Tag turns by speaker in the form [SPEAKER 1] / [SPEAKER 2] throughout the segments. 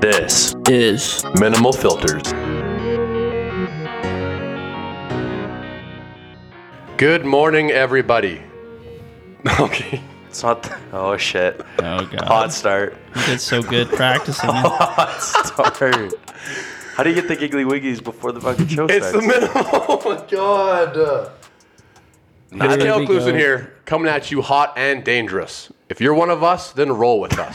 [SPEAKER 1] This
[SPEAKER 2] is
[SPEAKER 1] minimal filters. Good morning, everybody. Okay, it's not. th- oh shit!
[SPEAKER 2] oh god
[SPEAKER 1] Hot start.
[SPEAKER 2] you get so good practicing Oh, it.
[SPEAKER 1] Hot start.
[SPEAKER 3] How do you get the giggly wiggies before the fucking show
[SPEAKER 1] it's the
[SPEAKER 3] starts?
[SPEAKER 1] minimal. Oh my god. It's
[SPEAKER 2] There
[SPEAKER 1] Dale
[SPEAKER 2] we
[SPEAKER 1] Clues in
[SPEAKER 2] go.
[SPEAKER 1] here, coming at you hot and dangerous. If you're one of us, then roll with us.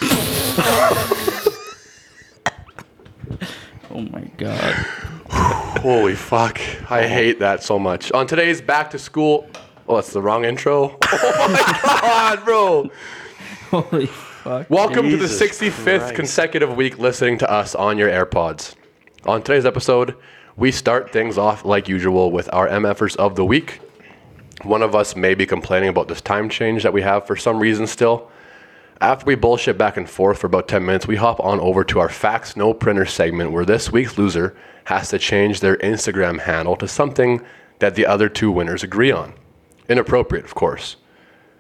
[SPEAKER 2] oh my god
[SPEAKER 1] Holy fuck. I hate that so much. On today's back to school. Oh, that's the wrong intro. Oh my god, bro.
[SPEAKER 2] holy fuck
[SPEAKER 1] Welcome
[SPEAKER 3] Jesus
[SPEAKER 1] to the 65th
[SPEAKER 3] Christ.
[SPEAKER 1] consecutive week listening to us on your AirPods. On today's episode, we start things off like usual with our MFers of the week. One of us may be complaining about this time change that we have for some reason still. After we bullshit back and forth for about 10 minutes, we hop on over to our Facts No Printer segment where this week's loser has to change their Instagram handle to something that the other two winners agree on. Inappropriate, of course.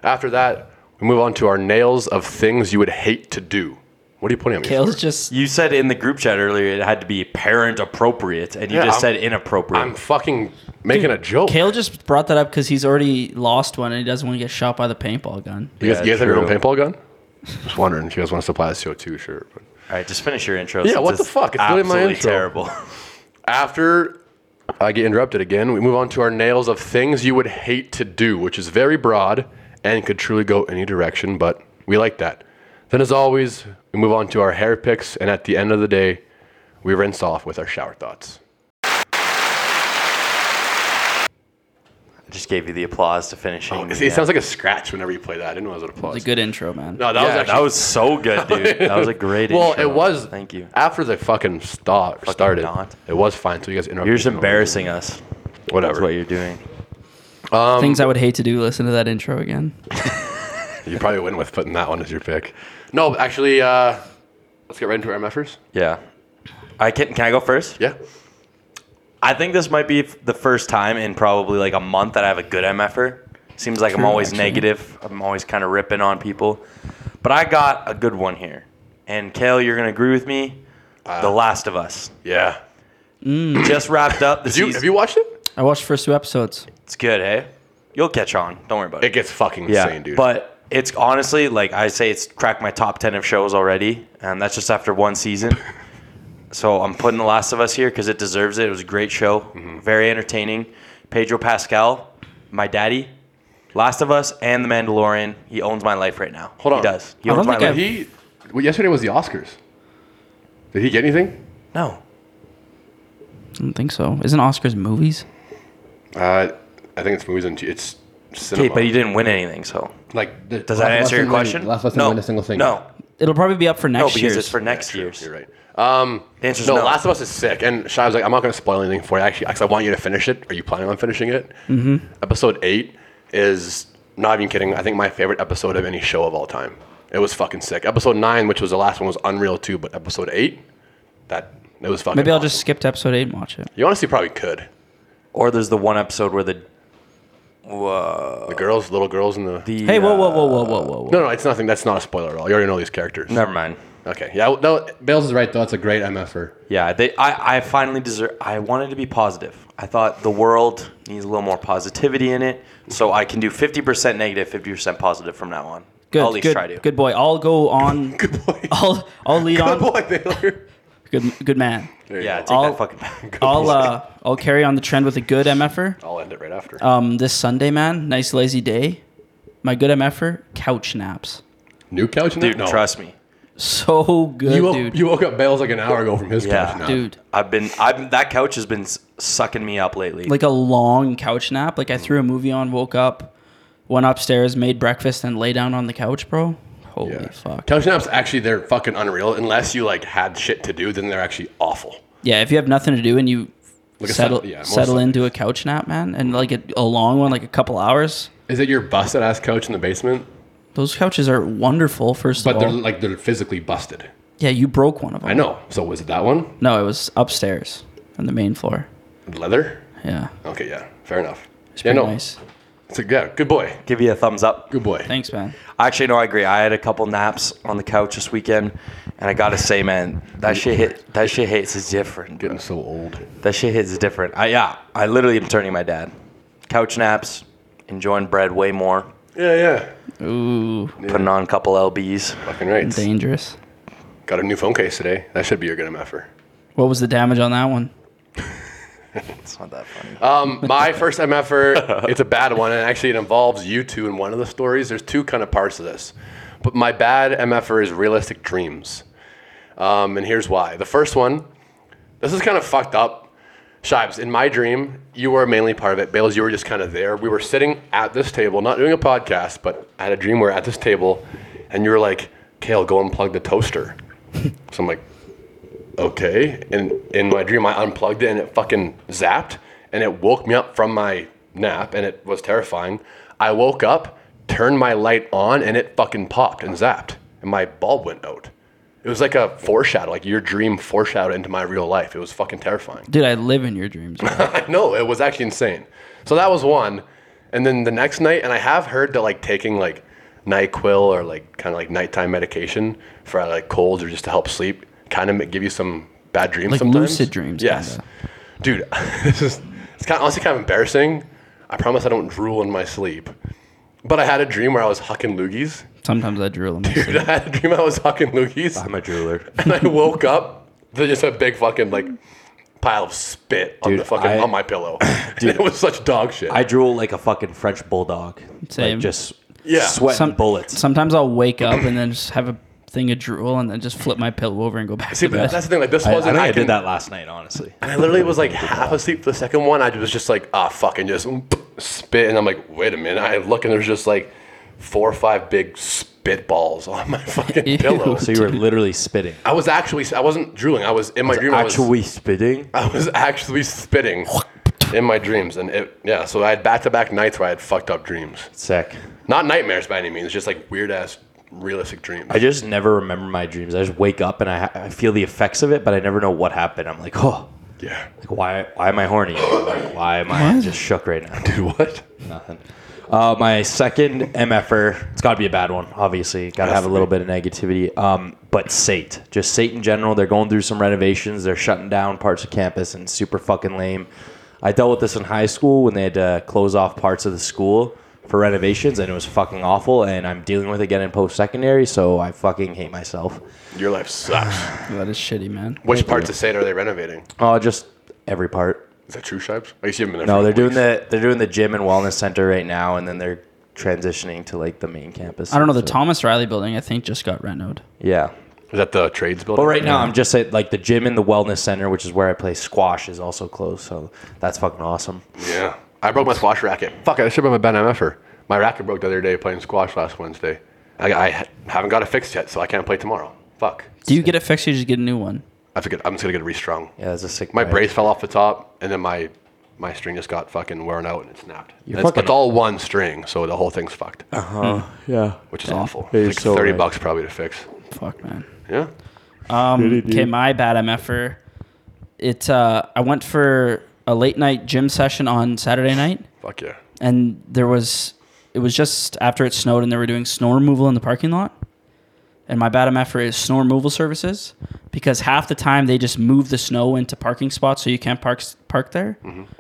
[SPEAKER 1] After that, we move on to our nails of things you would hate to do. What are you pointing at me?
[SPEAKER 2] Kale's
[SPEAKER 1] for?
[SPEAKER 2] just
[SPEAKER 3] You said in the group chat earlier it had to be parent appropriate, and you
[SPEAKER 1] Yeah,
[SPEAKER 3] just
[SPEAKER 1] I'm-
[SPEAKER 3] said inappropriate.
[SPEAKER 1] I'm fucking making a joke.
[SPEAKER 2] Kale just brought that up because he's already lost one and he doesn't want to get shot by the paintball gun.
[SPEAKER 1] you guys,
[SPEAKER 3] Yeah,
[SPEAKER 1] you guys have your own
[SPEAKER 3] true.
[SPEAKER 1] paintball gun? Just wondering if you guys want to supply a CO2 shirt. but-
[SPEAKER 3] All right, just finish your intro.
[SPEAKER 1] Yeah,
[SPEAKER 3] since
[SPEAKER 1] what the fuck? It's literally my
[SPEAKER 3] absolutely
[SPEAKER 1] intro.
[SPEAKER 3] terrible.
[SPEAKER 1] After I get interrupted again, we move on to our nails of things you would hate to do, which is very broad and could truly go any direction, but we like that. Then, as always, we move on to our hair picks, and at the end of the day, we rinse off with our shower thoughts.
[SPEAKER 3] I just gave you the applause to finish.
[SPEAKER 1] Oh, It, it sounds like a scratch whenever you play that. I didn't know it was an applause.
[SPEAKER 2] It's a good intro, man.
[SPEAKER 1] no, that was actually
[SPEAKER 3] that was so good, dude. That was a great
[SPEAKER 1] well,
[SPEAKER 3] intro.
[SPEAKER 1] it was.
[SPEAKER 3] Thank you.
[SPEAKER 1] After the fucking start started,
[SPEAKER 3] not.
[SPEAKER 1] it was fine. So you guys interrupted.
[SPEAKER 3] You're just
[SPEAKER 1] me.
[SPEAKER 3] embarrassing us. That's
[SPEAKER 1] Whatever.
[SPEAKER 3] what you're doing.
[SPEAKER 2] Things I would hate to do. Listen to that intro again.
[SPEAKER 1] You probably went with putting that one as your pick. No, actually, uh, let's get right into our MFers.
[SPEAKER 3] Yeah. I can. Can I go first?
[SPEAKER 1] Yeah.
[SPEAKER 3] I think this might be f- the first time in probably like a month that I have a good MFer. Seems like I'm
[SPEAKER 2] True,
[SPEAKER 3] always
[SPEAKER 2] actually.
[SPEAKER 3] negative. I'm always kind of ripping on people. But I got a good one here. And Kale, you're going to agree with me.
[SPEAKER 1] Uh.
[SPEAKER 3] the Last of Us.
[SPEAKER 1] Yeah.
[SPEAKER 3] Just wrapped up the
[SPEAKER 1] Did you,
[SPEAKER 3] season.
[SPEAKER 1] have you watched it?
[SPEAKER 2] I watched the first two episodes.
[SPEAKER 3] it's good, hey? You'll catch on. Don't worry about
[SPEAKER 1] It
[SPEAKER 3] it.
[SPEAKER 1] gets fucking insane, dude.
[SPEAKER 3] But it's honestly, like I say, it's cracked my top 10 of shows already. And that's just after one season. So I'm putting The Last of Us here because it deserves it. It was a great show, very entertaining. Pedro Pascal, my daddy, Last of Us, and The Mandalorian. He owns my life right now.
[SPEAKER 1] Hold on.
[SPEAKER 3] he does. He
[SPEAKER 2] I
[SPEAKER 3] owns
[SPEAKER 2] don't
[SPEAKER 3] my
[SPEAKER 2] think
[SPEAKER 3] life.
[SPEAKER 2] I've-
[SPEAKER 1] he well, yesterday was the Oscars. Did he get anything?
[SPEAKER 3] no,
[SPEAKER 2] I don't think so. Isn't Oscars movies?
[SPEAKER 1] Uh, I think it's movies and t- it's cinema.
[SPEAKER 3] Kate, but he didn't win anything. So
[SPEAKER 1] like the,
[SPEAKER 3] does that answer your question? no. No,
[SPEAKER 2] It'll probably be up for
[SPEAKER 3] no,
[SPEAKER 2] next
[SPEAKER 3] because
[SPEAKER 2] year's.
[SPEAKER 3] it's for next
[SPEAKER 1] True,
[SPEAKER 3] year's.
[SPEAKER 1] You're right. Um,
[SPEAKER 3] The answer's
[SPEAKER 1] no,
[SPEAKER 3] no.
[SPEAKER 1] Last of Us is sick, and Shai was like, "I'm not going to spoil anything for you, actually, because I want you to finish it. Are you planning on finishing it?" Mm-hmm. Episode eight is not even kidding. I think my favorite episode of any show of all time. It was fucking sick. Episode nine, which was the last one, was unreal too. But episode eight, that it was fucking.
[SPEAKER 2] Maybe I'll
[SPEAKER 1] awesome.
[SPEAKER 2] just skip to episode eight and watch it.
[SPEAKER 1] You honestly probably could.
[SPEAKER 3] Or there's the one episode where the whoa
[SPEAKER 1] The girls, little girls in the.
[SPEAKER 3] the
[SPEAKER 2] Hey, whoa, whoa,
[SPEAKER 3] uh,
[SPEAKER 2] whoa, whoa, whoa, whoa, whoa.
[SPEAKER 1] no, no, it's nothing. That's not a spoiler at all. You already know these characters.
[SPEAKER 3] Never mind.
[SPEAKER 1] Okay. Yeah. No, Bales is right though. That's a great er. MFR.
[SPEAKER 3] Yeah, they. I, I finally deserve. I wanted to be positive. I thought the world needs a little more positivity in it, so I can do fifty percent negative, fifty percent positive from now on.
[SPEAKER 2] Good,
[SPEAKER 3] I'll at least
[SPEAKER 2] good,
[SPEAKER 3] try to.
[SPEAKER 2] good boy. I'll go on.
[SPEAKER 1] Good boy.
[SPEAKER 2] I'll I'll lead
[SPEAKER 1] Good
[SPEAKER 2] on.
[SPEAKER 1] boy, Baylor.
[SPEAKER 2] Good good man.
[SPEAKER 1] There you
[SPEAKER 3] Yeah,
[SPEAKER 1] go.
[SPEAKER 3] take
[SPEAKER 2] I'll-
[SPEAKER 3] that fucking back.
[SPEAKER 2] I'll uh I'll carry on the trend with a good mf'er.
[SPEAKER 1] I'll end it right after.
[SPEAKER 2] Um, this Sunday, man, nice lazy day. My good mf'er, couch naps.
[SPEAKER 1] New couch, in there?
[SPEAKER 3] Dude, trust me.
[SPEAKER 2] So good,
[SPEAKER 1] You woke,
[SPEAKER 2] dude.
[SPEAKER 1] you woke up Bales like an hour ago from his
[SPEAKER 3] Yeah.
[SPEAKER 1] couch. Now.
[SPEAKER 2] dude.
[SPEAKER 3] I've been. I've that couch has been s- sucking me up lately.
[SPEAKER 2] like a long couch nap. Like I threw a movie on, woke up, went upstairs, made breakfast, and lay down on the couch, bro. Holy
[SPEAKER 1] Yeah.
[SPEAKER 2] fuck.
[SPEAKER 1] Couch naps actually they're fucking unreal unless you like had shit to do, then they're actually awful.
[SPEAKER 2] Yeah, if you have nothing to do and you
[SPEAKER 1] Like a
[SPEAKER 2] settle
[SPEAKER 1] Sun- yeah, most
[SPEAKER 2] settle
[SPEAKER 1] Sundays.
[SPEAKER 2] into a couch nap, man, and like a, a long one, like a couple hours.
[SPEAKER 1] Is it your busted ass couch in the basement?
[SPEAKER 2] Those couches are wonderful. First
[SPEAKER 1] But
[SPEAKER 2] of
[SPEAKER 1] they're
[SPEAKER 2] all,
[SPEAKER 1] like they're physically busted.
[SPEAKER 2] yeah, you broke one of them.
[SPEAKER 1] I know. So was it that one?
[SPEAKER 2] No, it was upstairs on the main floor.
[SPEAKER 1] Leather?
[SPEAKER 2] Yeah,
[SPEAKER 1] Okay, yeah. Fair enough.
[SPEAKER 2] it's
[SPEAKER 1] yeah,
[SPEAKER 2] pretty
[SPEAKER 1] no.
[SPEAKER 2] nice.
[SPEAKER 1] So yeah, good boy,
[SPEAKER 3] Give you a thumbs up.
[SPEAKER 1] good boy.
[SPEAKER 2] Thanks, man.
[SPEAKER 3] Actually, no, I agree. I had a couple naps on the couch this weekend, and I gotta say, man, that shit hit. That shit hits is different. bro.
[SPEAKER 1] Getting so old.
[SPEAKER 3] That shit hits different. I yeah, I literally am turning my dad. Couch naps, enjoying bread way more,
[SPEAKER 1] Yeah, yeah.
[SPEAKER 2] Ooh,
[SPEAKER 3] putting on a couple lbs.
[SPEAKER 1] Fucking right.
[SPEAKER 2] dangerous.
[SPEAKER 1] Got a new phone case today. That should be your good MFR.
[SPEAKER 2] What was the damage on that one?
[SPEAKER 3] It's not that funny.
[SPEAKER 1] Um, my first MFR, it's a bad one, and actually it involves you two in one of the stories. There's two kind of parts of this. But my bad MFR is realistic dreams. Um, and here's why. The first one, this is kind of fucked up. Shibes, in my dream, you were mainly part of it. Bales, you were just kind of there. We were sitting at this table, not doing a podcast, but I had a dream we we're at this table, and you were like, Kale, go unplug the toaster. so I'm like, okay. And in my dream, I unplugged it and it fucking zapped and it woke me up from my nap and it was terrifying. I woke up, turned my light on, and it fucking popped and zapped and my bulb went out. It was like a foreshadow, like your dream foreshadowed into my real life. It was fucking terrifying.
[SPEAKER 2] Dude, I live in your dreams. man.
[SPEAKER 1] No, it was actually insane. So that was one. And then the next night, and I have heard that like taking like NyQuil or like kind of like nighttime medication for like colds or just to help sleep kind of give you some bad dreams
[SPEAKER 2] Like
[SPEAKER 1] sometimes.
[SPEAKER 2] lucid dreams,
[SPEAKER 1] Yes.
[SPEAKER 2] kinda.
[SPEAKER 1] Dude, this is it's kind of, honestly kind of embarrassing. I promise I don't drool in my sleep. But I had a dream where I was hucking loogies.
[SPEAKER 2] Sometimes I drill them.
[SPEAKER 1] Dude, I had a dream I was hucking loogies
[SPEAKER 3] I'm a drooler.
[SPEAKER 1] and I woke up to just a big fucking like pile of spit on
[SPEAKER 3] Dude,
[SPEAKER 1] the fucking
[SPEAKER 3] I-
[SPEAKER 1] on my pillow. Dude, it was such dog shit.
[SPEAKER 3] I drool like a fucking French bulldog.
[SPEAKER 2] Same.
[SPEAKER 3] Like just
[SPEAKER 1] Yeah.
[SPEAKER 3] sweating
[SPEAKER 2] Some-
[SPEAKER 3] bullets.
[SPEAKER 2] Sometimes I'll wake up and then just have a thing of drool and then just flip my pillow over and go back
[SPEAKER 1] See,
[SPEAKER 2] to
[SPEAKER 1] but
[SPEAKER 2] bed.
[SPEAKER 1] that's the thing. Like this
[SPEAKER 3] I, I
[SPEAKER 1] wasn't.
[SPEAKER 3] think I,
[SPEAKER 1] can-
[SPEAKER 3] did that last night, honestly.
[SPEAKER 1] I literally was like half asleep for the second one. I was just like, ah, fucking just spit, and I'm like, wait a minute. I look and there's just like four or five big spitballs on my fucking
[SPEAKER 2] Ew.
[SPEAKER 1] pillow.
[SPEAKER 2] So
[SPEAKER 3] So you were literally spitting.
[SPEAKER 1] I was actually, I wasn't drooling. I was in my dream. I was-
[SPEAKER 3] Actually spitting?
[SPEAKER 1] I was actually spitting in my dreams, and it, yeah. So I had back to back nights where I had fucked up dreams.
[SPEAKER 3] Sick.
[SPEAKER 1] Not nightmares by any means, just like weird ass realistic dreams.
[SPEAKER 3] I just never remember my dreams. I just wake up and I, ha- I feel the effects of it, but I never know what happened. I'm like, oh,
[SPEAKER 1] yeah.
[SPEAKER 3] like why why am I horny? Like, why am I
[SPEAKER 2] What?
[SPEAKER 3] just shook right now?
[SPEAKER 1] Dude, what?
[SPEAKER 3] Nothing. Uh, my second MFR, it's got to be a bad one, obviously. Got to
[SPEAKER 1] Has
[SPEAKER 3] have a
[SPEAKER 1] to
[SPEAKER 3] little
[SPEAKER 1] be.
[SPEAKER 3] bit of negativity. Um, but SATE, just SATE in general, they're going through some renovations. They're shutting down parts of campus and it's super fucking lame. I dealt with this in high school when they had to close off parts of the school for renovations and it was fucking awful. And I'm dealing with it again in post secondary, so I fucking hate myself.
[SPEAKER 1] Your life sucks.
[SPEAKER 2] that is shitty, man.
[SPEAKER 1] Which parts of Sate are they renovating?
[SPEAKER 3] Oh, just every part.
[SPEAKER 1] Is that True Shibes? Like, you haven't been there
[SPEAKER 3] No,
[SPEAKER 1] for
[SPEAKER 3] they're doing
[SPEAKER 1] weeks.
[SPEAKER 3] the they're doing the gym and wellness center right now, and then they're transitioning to like the main campus.
[SPEAKER 2] I don't know. The
[SPEAKER 3] So-
[SPEAKER 2] Thomas Riley building, I think, just got renovated.
[SPEAKER 3] Yeah,
[SPEAKER 1] Is that the trades building?
[SPEAKER 3] But right now, I'm just at like the gym and the wellness center, which is where I play squash, is also closed. So that's fucking awesome.
[SPEAKER 1] Yeah. I broke my squash racket. Fuck, I should have been a Ben MFer. My racket broke the other day playing squash last Wednesday. I, I ha- haven't got it fixed yet, so I can't play tomorrow. Fuck.
[SPEAKER 2] Do you get it fixed or you just get a new one?
[SPEAKER 1] I have to get, I'm just going to get it restrung.
[SPEAKER 3] Yeah, that's a sick.
[SPEAKER 1] My
[SPEAKER 3] ride.
[SPEAKER 1] brace fell off the top, and then my my string just got fucking worn out and it snapped.
[SPEAKER 3] You're
[SPEAKER 1] And it's,
[SPEAKER 3] fucking-
[SPEAKER 1] it's all one string, so the whole thing's fucked,
[SPEAKER 3] Yeah.
[SPEAKER 1] which is awful.
[SPEAKER 3] you're
[SPEAKER 1] It's like
[SPEAKER 3] so
[SPEAKER 1] 30
[SPEAKER 3] right.
[SPEAKER 1] bucks probably to fix.
[SPEAKER 2] Fuck, man.
[SPEAKER 1] Yeah.
[SPEAKER 2] Um, okay, my bad MFer. It, uh, I went for a late night gym session on Saturday night,
[SPEAKER 1] Fuck yeah.
[SPEAKER 2] and there was, it was just after it snowed, and they were doing snow removal in the parking lot. And my bad MFer is snow removal services because half the time they just move the snow into parking spots so you can't park park there.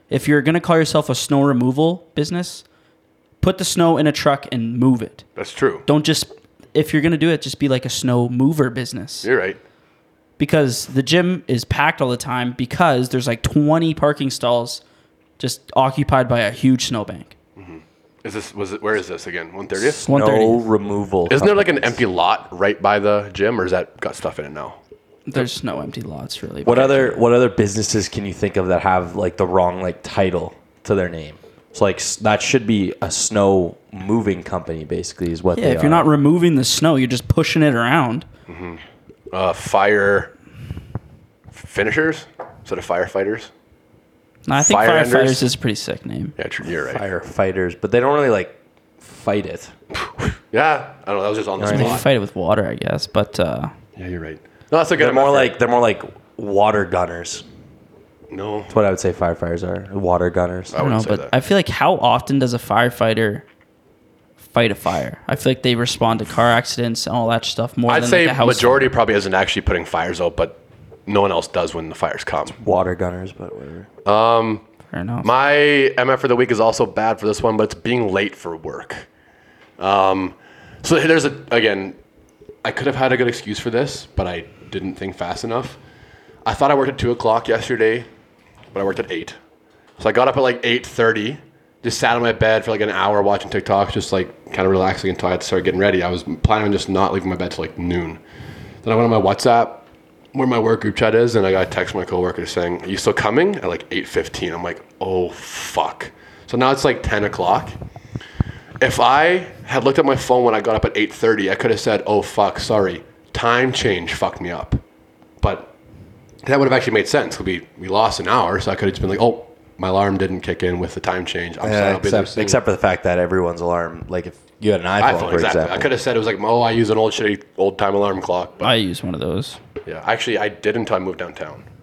[SPEAKER 2] If you're gonna call yourself a snow removal business, put the snow in a truck and move it.
[SPEAKER 1] That's true.
[SPEAKER 2] Don't just if you're gonna do it, just be like a snow mover business
[SPEAKER 1] You're right.
[SPEAKER 2] because the gym is packed all the time because there's like 20 parking stalls just occupied by a huge snowbank.
[SPEAKER 1] Is this, was it, where is this again? 130th?
[SPEAKER 3] No
[SPEAKER 2] 130.
[SPEAKER 3] removal.
[SPEAKER 1] Isn't there like an
[SPEAKER 3] companies.
[SPEAKER 1] empty lot right by the gym, or is that got stuff in it now?
[SPEAKER 2] There's no empty lots really.
[SPEAKER 3] What other What other businesses can you think of that have like the wrong like title to their name? So like s- that should be a snow moving company, basically, is what.
[SPEAKER 2] Yeah,
[SPEAKER 3] they
[SPEAKER 2] if you're
[SPEAKER 3] are.
[SPEAKER 2] not removing the snow, you're just pushing it around.
[SPEAKER 1] Uh, fire finishers instead of firefighters.
[SPEAKER 2] No, I think
[SPEAKER 1] Fire
[SPEAKER 2] firefighters
[SPEAKER 1] enders?
[SPEAKER 2] is a pretty sick name.
[SPEAKER 1] Yeah, true. You're right.
[SPEAKER 3] firefighters, but they don't really like fight it.
[SPEAKER 1] Yeah, I don't know. That was just on the
[SPEAKER 3] You know
[SPEAKER 2] They
[SPEAKER 3] what I
[SPEAKER 1] spot.
[SPEAKER 3] mean?
[SPEAKER 2] fight it with water, I guess, but uh,
[SPEAKER 1] Yeah, you're right. No, that's a good.
[SPEAKER 3] They're more
[SPEAKER 1] effort.
[SPEAKER 3] like they're more like water gunners.
[SPEAKER 1] No.
[SPEAKER 3] That's what I would say firefighters are. Water gunners.
[SPEAKER 1] I
[SPEAKER 2] I don't know,
[SPEAKER 1] wouldn't say
[SPEAKER 2] but
[SPEAKER 1] that.
[SPEAKER 2] I feel like how often does a firefighter fight a fire? I feel like they respond to car accidents and all that stuff more
[SPEAKER 1] I'd
[SPEAKER 2] than
[SPEAKER 1] say
[SPEAKER 2] like a house
[SPEAKER 1] majority probably isn't actually putting fires out, but no one else does when the fires come.
[SPEAKER 3] Water gunners, but whatever.
[SPEAKER 2] fire. Fair enough.
[SPEAKER 1] My MF for the week is also bad for this one, but it's being late for work. Um, so there's a again, I could have had a good excuse for this, but I didn't think fast enough. I thought I worked at two o'clock yesterday, but I worked at eight. So I got up at like eight thirty, just sat on my bed for like an hour watching TikTok, just like kind of relaxing until I had to start getting ready. I was planning on just not leaving my bed till like noon. Then I went on my WhatsApp where my work group chat is, and I got a text from my coworker saying, "Are you still coming?" At like eight fifteen, I'm like, "Oh fuck!" So now it's like ten o'clock. If I had looked at my phone when I got up at eight thirty, I could have said, "Oh fuck, sorry, time change fucked me up," but that would have actually made sense. We we lost an hour, so I could have just been like, "Oh." My alarm didn't kick in with the time change. I'm sorry. I'll be there
[SPEAKER 3] except,
[SPEAKER 1] soon."
[SPEAKER 3] except for the fact that everyone's alarm, like if you had an iPhone,
[SPEAKER 1] I
[SPEAKER 3] for
[SPEAKER 1] feel exactly.
[SPEAKER 3] example.
[SPEAKER 1] I could have said it was like, "Oh, I use an old shitty old time alarm clock." But
[SPEAKER 2] I use one of those.
[SPEAKER 1] Yeah, actually, I did until I moved downtown.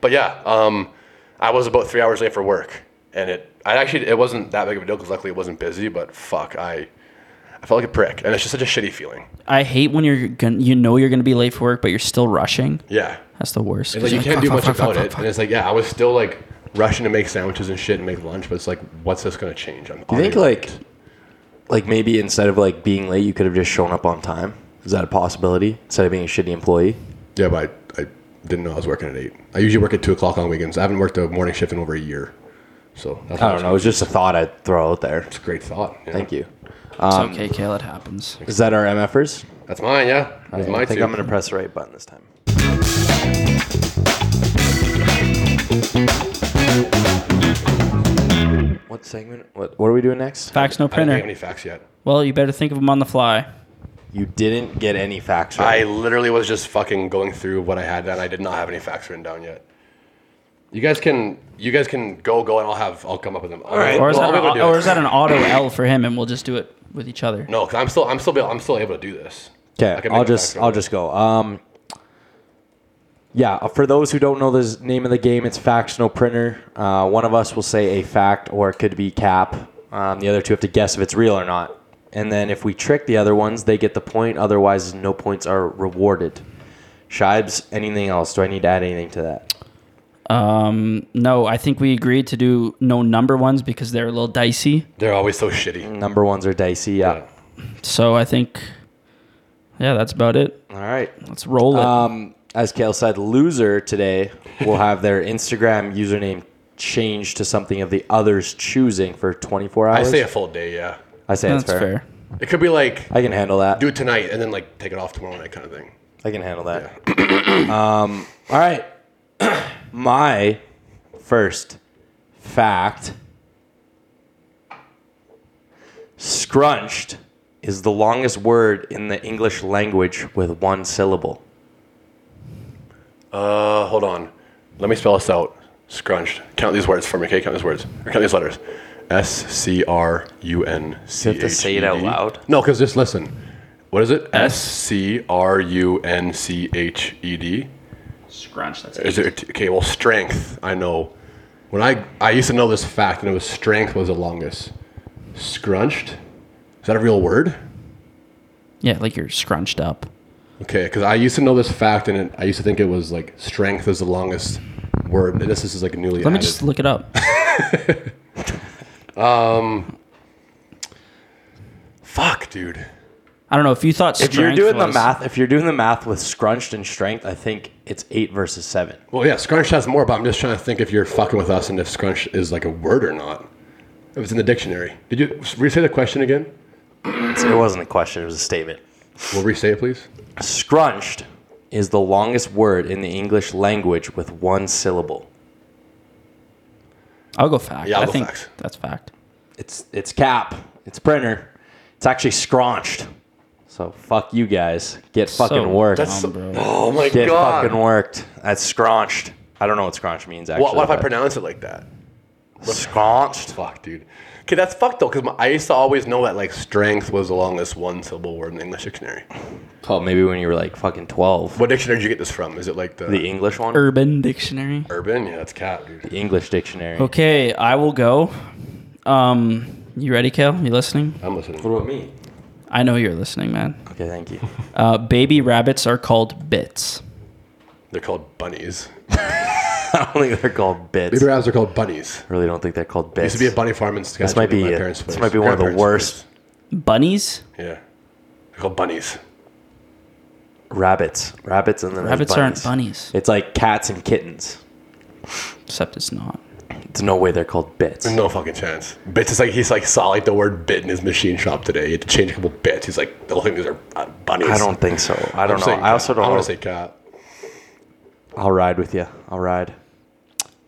[SPEAKER 1] but yeah, um, I was about three hours late for work, and it I actually it wasn't that big of a deal because luckily it wasn't busy. But fuck, I I felt like a prick, and it's just such a shitty feeling.
[SPEAKER 2] I hate when you're gonna, you know you're gonna be late for work, but you're still rushing.
[SPEAKER 1] Yeah,
[SPEAKER 2] That's the worst.
[SPEAKER 1] it's like you
[SPEAKER 2] You're
[SPEAKER 1] can't
[SPEAKER 2] like,
[SPEAKER 1] do
[SPEAKER 2] "Fuck,
[SPEAKER 1] much
[SPEAKER 2] fuck, fuck,
[SPEAKER 1] about
[SPEAKER 2] fuck,
[SPEAKER 1] it,
[SPEAKER 2] fuck."
[SPEAKER 1] and it's like yeah, I was still like rushing to make sandwiches and shit and make lunch, but it's like, what's this gonna change? I'm
[SPEAKER 3] You think
[SPEAKER 1] already-
[SPEAKER 3] like, like maybe instead of like being late, you could have just shown up on time. Is that a possibility? Instead of being a shitty employee.
[SPEAKER 1] yeah, but I, I didn't know I was working at eight. I usually work at two o'clock on weekends. I haven't worked a morning shift in over a year, so that's
[SPEAKER 3] I don't know. It was just a thought I'd throw out there.
[SPEAKER 1] It's a great thought. yeah.
[SPEAKER 3] Thank you.
[SPEAKER 2] It's
[SPEAKER 1] Um,
[SPEAKER 2] okay, Kale. It happens.
[SPEAKER 3] Is that our MFers?
[SPEAKER 1] That's mine. Yeah, that's my
[SPEAKER 3] I think
[SPEAKER 1] two.
[SPEAKER 3] I'm gonna press the right button this time. What segment? What What are we doing next?
[SPEAKER 2] Facts, no
[SPEAKER 1] I don't have
[SPEAKER 2] printer.
[SPEAKER 1] any facts yet.
[SPEAKER 2] Well, you better think of them on the fly.
[SPEAKER 3] You didn't get any facts
[SPEAKER 1] I
[SPEAKER 3] right.
[SPEAKER 1] literally was just fucking going through what I had and I did not have any facts written down yet. You guys can you guys can go go and I'll have I'll come up with them. All
[SPEAKER 3] right.
[SPEAKER 2] Or is,
[SPEAKER 1] Well, I'll be
[SPEAKER 2] that,
[SPEAKER 1] able
[SPEAKER 2] an,
[SPEAKER 1] to
[SPEAKER 2] au-
[SPEAKER 1] do
[SPEAKER 2] or
[SPEAKER 1] it.
[SPEAKER 2] is that an auto L for him, and we'll just do it with each other?
[SPEAKER 1] No, because I'm still I'm still be- I'm still able to do this. I
[SPEAKER 3] Okay,
[SPEAKER 1] can make
[SPEAKER 3] I'll
[SPEAKER 1] a fact
[SPEAKER 3] just
[SPEAKER 1] right
[SPEAKER 3] I'll
[SPEAKER 1] now.
[SPEAKER 3] just go. Um, yeah. uh, For those who don't know the s- name of the game, it's facts no printer. Uh, one of us will say a fact, or it could be cap. Um, the other two have to guess if it's real or not. And then if we trick the other ones, they get the point. Otherwise, no points are rewarded. Shibes, anything else? Do I need to add anything to that?
[SPEAKER 2] Um, no, I think we agreed to do no number ones because they're a little dicey.
[SPEAKER 1] They're always so shitty.
[SPEAKER 3] Number ones are dicey. Yeah.
[SPEAKER 2] So I think, yeah, that's about it.
[SPEAKER 3] All right.
[SPEAKER 2] Let's roll it.
[SPEAKER 3] Um, as Kale said, loser today will have their Instagram username changed to something of the other's choosing for 24
[SPEAKER 1] I
[SPEAKER 3] hours.
[SPEAKER 1] say a full day, yeah.
[SPEAKER 3] I say
[SPEAKER 2] that's
[SPEAKER 3] that's fair.
[SPEAKER 2] fair.
[SPEAKER 1] It could be like
[SPEAKER 3] I can handle that.
[SPEAKER 1] do it tonight and then like take it off tomorrow night kind of thing.
[SPEAKER 3] I can handle that. um, all right. My first fact scrunched is the longest word in the English language with one syllable.
[SPEAKER 1] Uh hold on. Let me spell this out. Scrunched. Count these words for me, okay? Count these words. Or count these letters. S C R U N C
[SPEAKER 3] You
[SPEAKER 1] H. E
[SPEAKER 3] have to say it out loud.
[SPEAKER 1] No, because just listen. What is it? S C R U N C H E D.
[SPEAKER 2] Scrunch. That's
[SPEAKER 1] Is it okay? Well, strength. I know. When I I used to know this fact, and it was strength was the longest. Scrunched. Is that a real word?
[SPEAKER 2] Yeah, like you're scrunched up.
[SPEAKER 1] Okay, because I used to know this fact, and it, I used to think it was like strength is the longest word. And this, this is like newly
[SPEAKER 2] Let me
[SPEAKER 1] added.
[SPEAKER 2] just look it up.
[SPEAKER 1] Fuck, dude.
[SPEAKER 2] I don't know if you thought
[SPEAKER 3] If you're
[SPEAKER 2] strength
[SPEAKER 3] doing the
[SPEAKER 2] was-
[SPEAKER 3] math, if you're doing the math with scrunched and strength, I think it's eight versus seven.
[SPEAKER 1] Well, yeah, scrunch has more, but I'm just trying to think if you're fucking with us and if scrunch is like a word or not. If it's in the dictionary. Did you re-say the question again?
[SPEAKER 3] It wasn't a question; it was a statement.
[SPEAKER 1] Will re-say it, please?
[SPEAKER 3] Scrunched is the longest word in the English language with one syllable.
[SPEAKER 2] I'll go fact.
[SPEAKER 1] Yeah, I'll
[SPEAKER 2] I
[SPEAKER 1] go
[SPEAKER 2] think
[SPEAKER 1] facts.
[SPEAKER 2] that's fact.
[SPEAKER 3] It's it's cap. It's printer. It's actually scrunched. So fuck you guys. Get fucking
[SPEAKER 2] So
[SPEAKER 3] worked.
[SPEAKER 2] dumb, bro.
[SPEAKER 1] Oh my
[SPEAKER 3] Get fucking worked. That's scrunched. I don't know what scrunched means. Actually,
[SPEAKER 1] What, what if I
[SPEAKER 3] but
[SPEAKER 1] pronounce it like that?
[SPEAKER 3] scrunched?
[SPEAKER 1] Fuck, dude. Okay, that's fucked though, because I used to always know that like strength was along this one syllable word in the English dictionary.
[SPEAKER 3] Oh, maybe when you were like fucking 12.
[SPEAKER 1] What dictionary did you get this from? Is it like the,
[SPEAKER 3] The E. English one?
[SPEAKER 2] Urban Dictionary.
[SPEAKER 1] urban? Yeah, that's cat, dude.
[SPEAKER 3] The English dictionary.
[SPEAKER 2] Okay, I will go. Um, you ready, Kale? You listening?
[SPEAKER 1] I'm listening.
[SPEAKER 3] What about me?
[SPEAKER 2] I know you're listening, man.
[SPEAKER 3] Okay, thank you.
[SPEAKER 2] Uh, baby rabbits are called bits.
[SPEAKER 1] They're called bunnies.
[SPEAKER 3] I don't think they're called bits.
[SPEAKER 1] Baby rabbits are called bunnies.
[SPEAKER 3] I really don't think they're called bits.
[SPEAKER 1] Used to be a bunny farm in Saskatchewan.
[SPEAKER 3] might be
[SPEAKER 1] in
[SPEAKER 3] it. This might be one of the
[SPEAKER 1] Grandparents'
[SPEAKER 2] Bunnies?
[SPEAKER 1] place. Yeah, they're called bunnies.
[SPEAKER 3] rabbits. Rabbits and then there's
[SPEAKER 2] Rabbits aren't
[SPEAKER 3] bunnies.
[SPEAKER 2] bunnies.
[SPEAKER 3] It's like cats and kittens.
[SPEAKER 2] Except it's not.
[SPEAKER 3] There's no way they're called bits.
[SPEAKER 1] No fucking chance. Bits is like he's like saw like the word bit in his machine shop today. He had to change a couple bits. He's like, the whole thing these are uh, bunnies.
[SPEAKER 3] I don't think so. I
[SPEAKER 1] I'm
[SPEAKER 3] don't know.
[SPEAKER 1] saying
[SPEAKER 3] I also
[SPEAKER 1] cat. I want to say
[SPEAKER 3] don't.
[SPEAKER 1] cat.
[SPEAKER 3] I'll ride with you. I'll ride.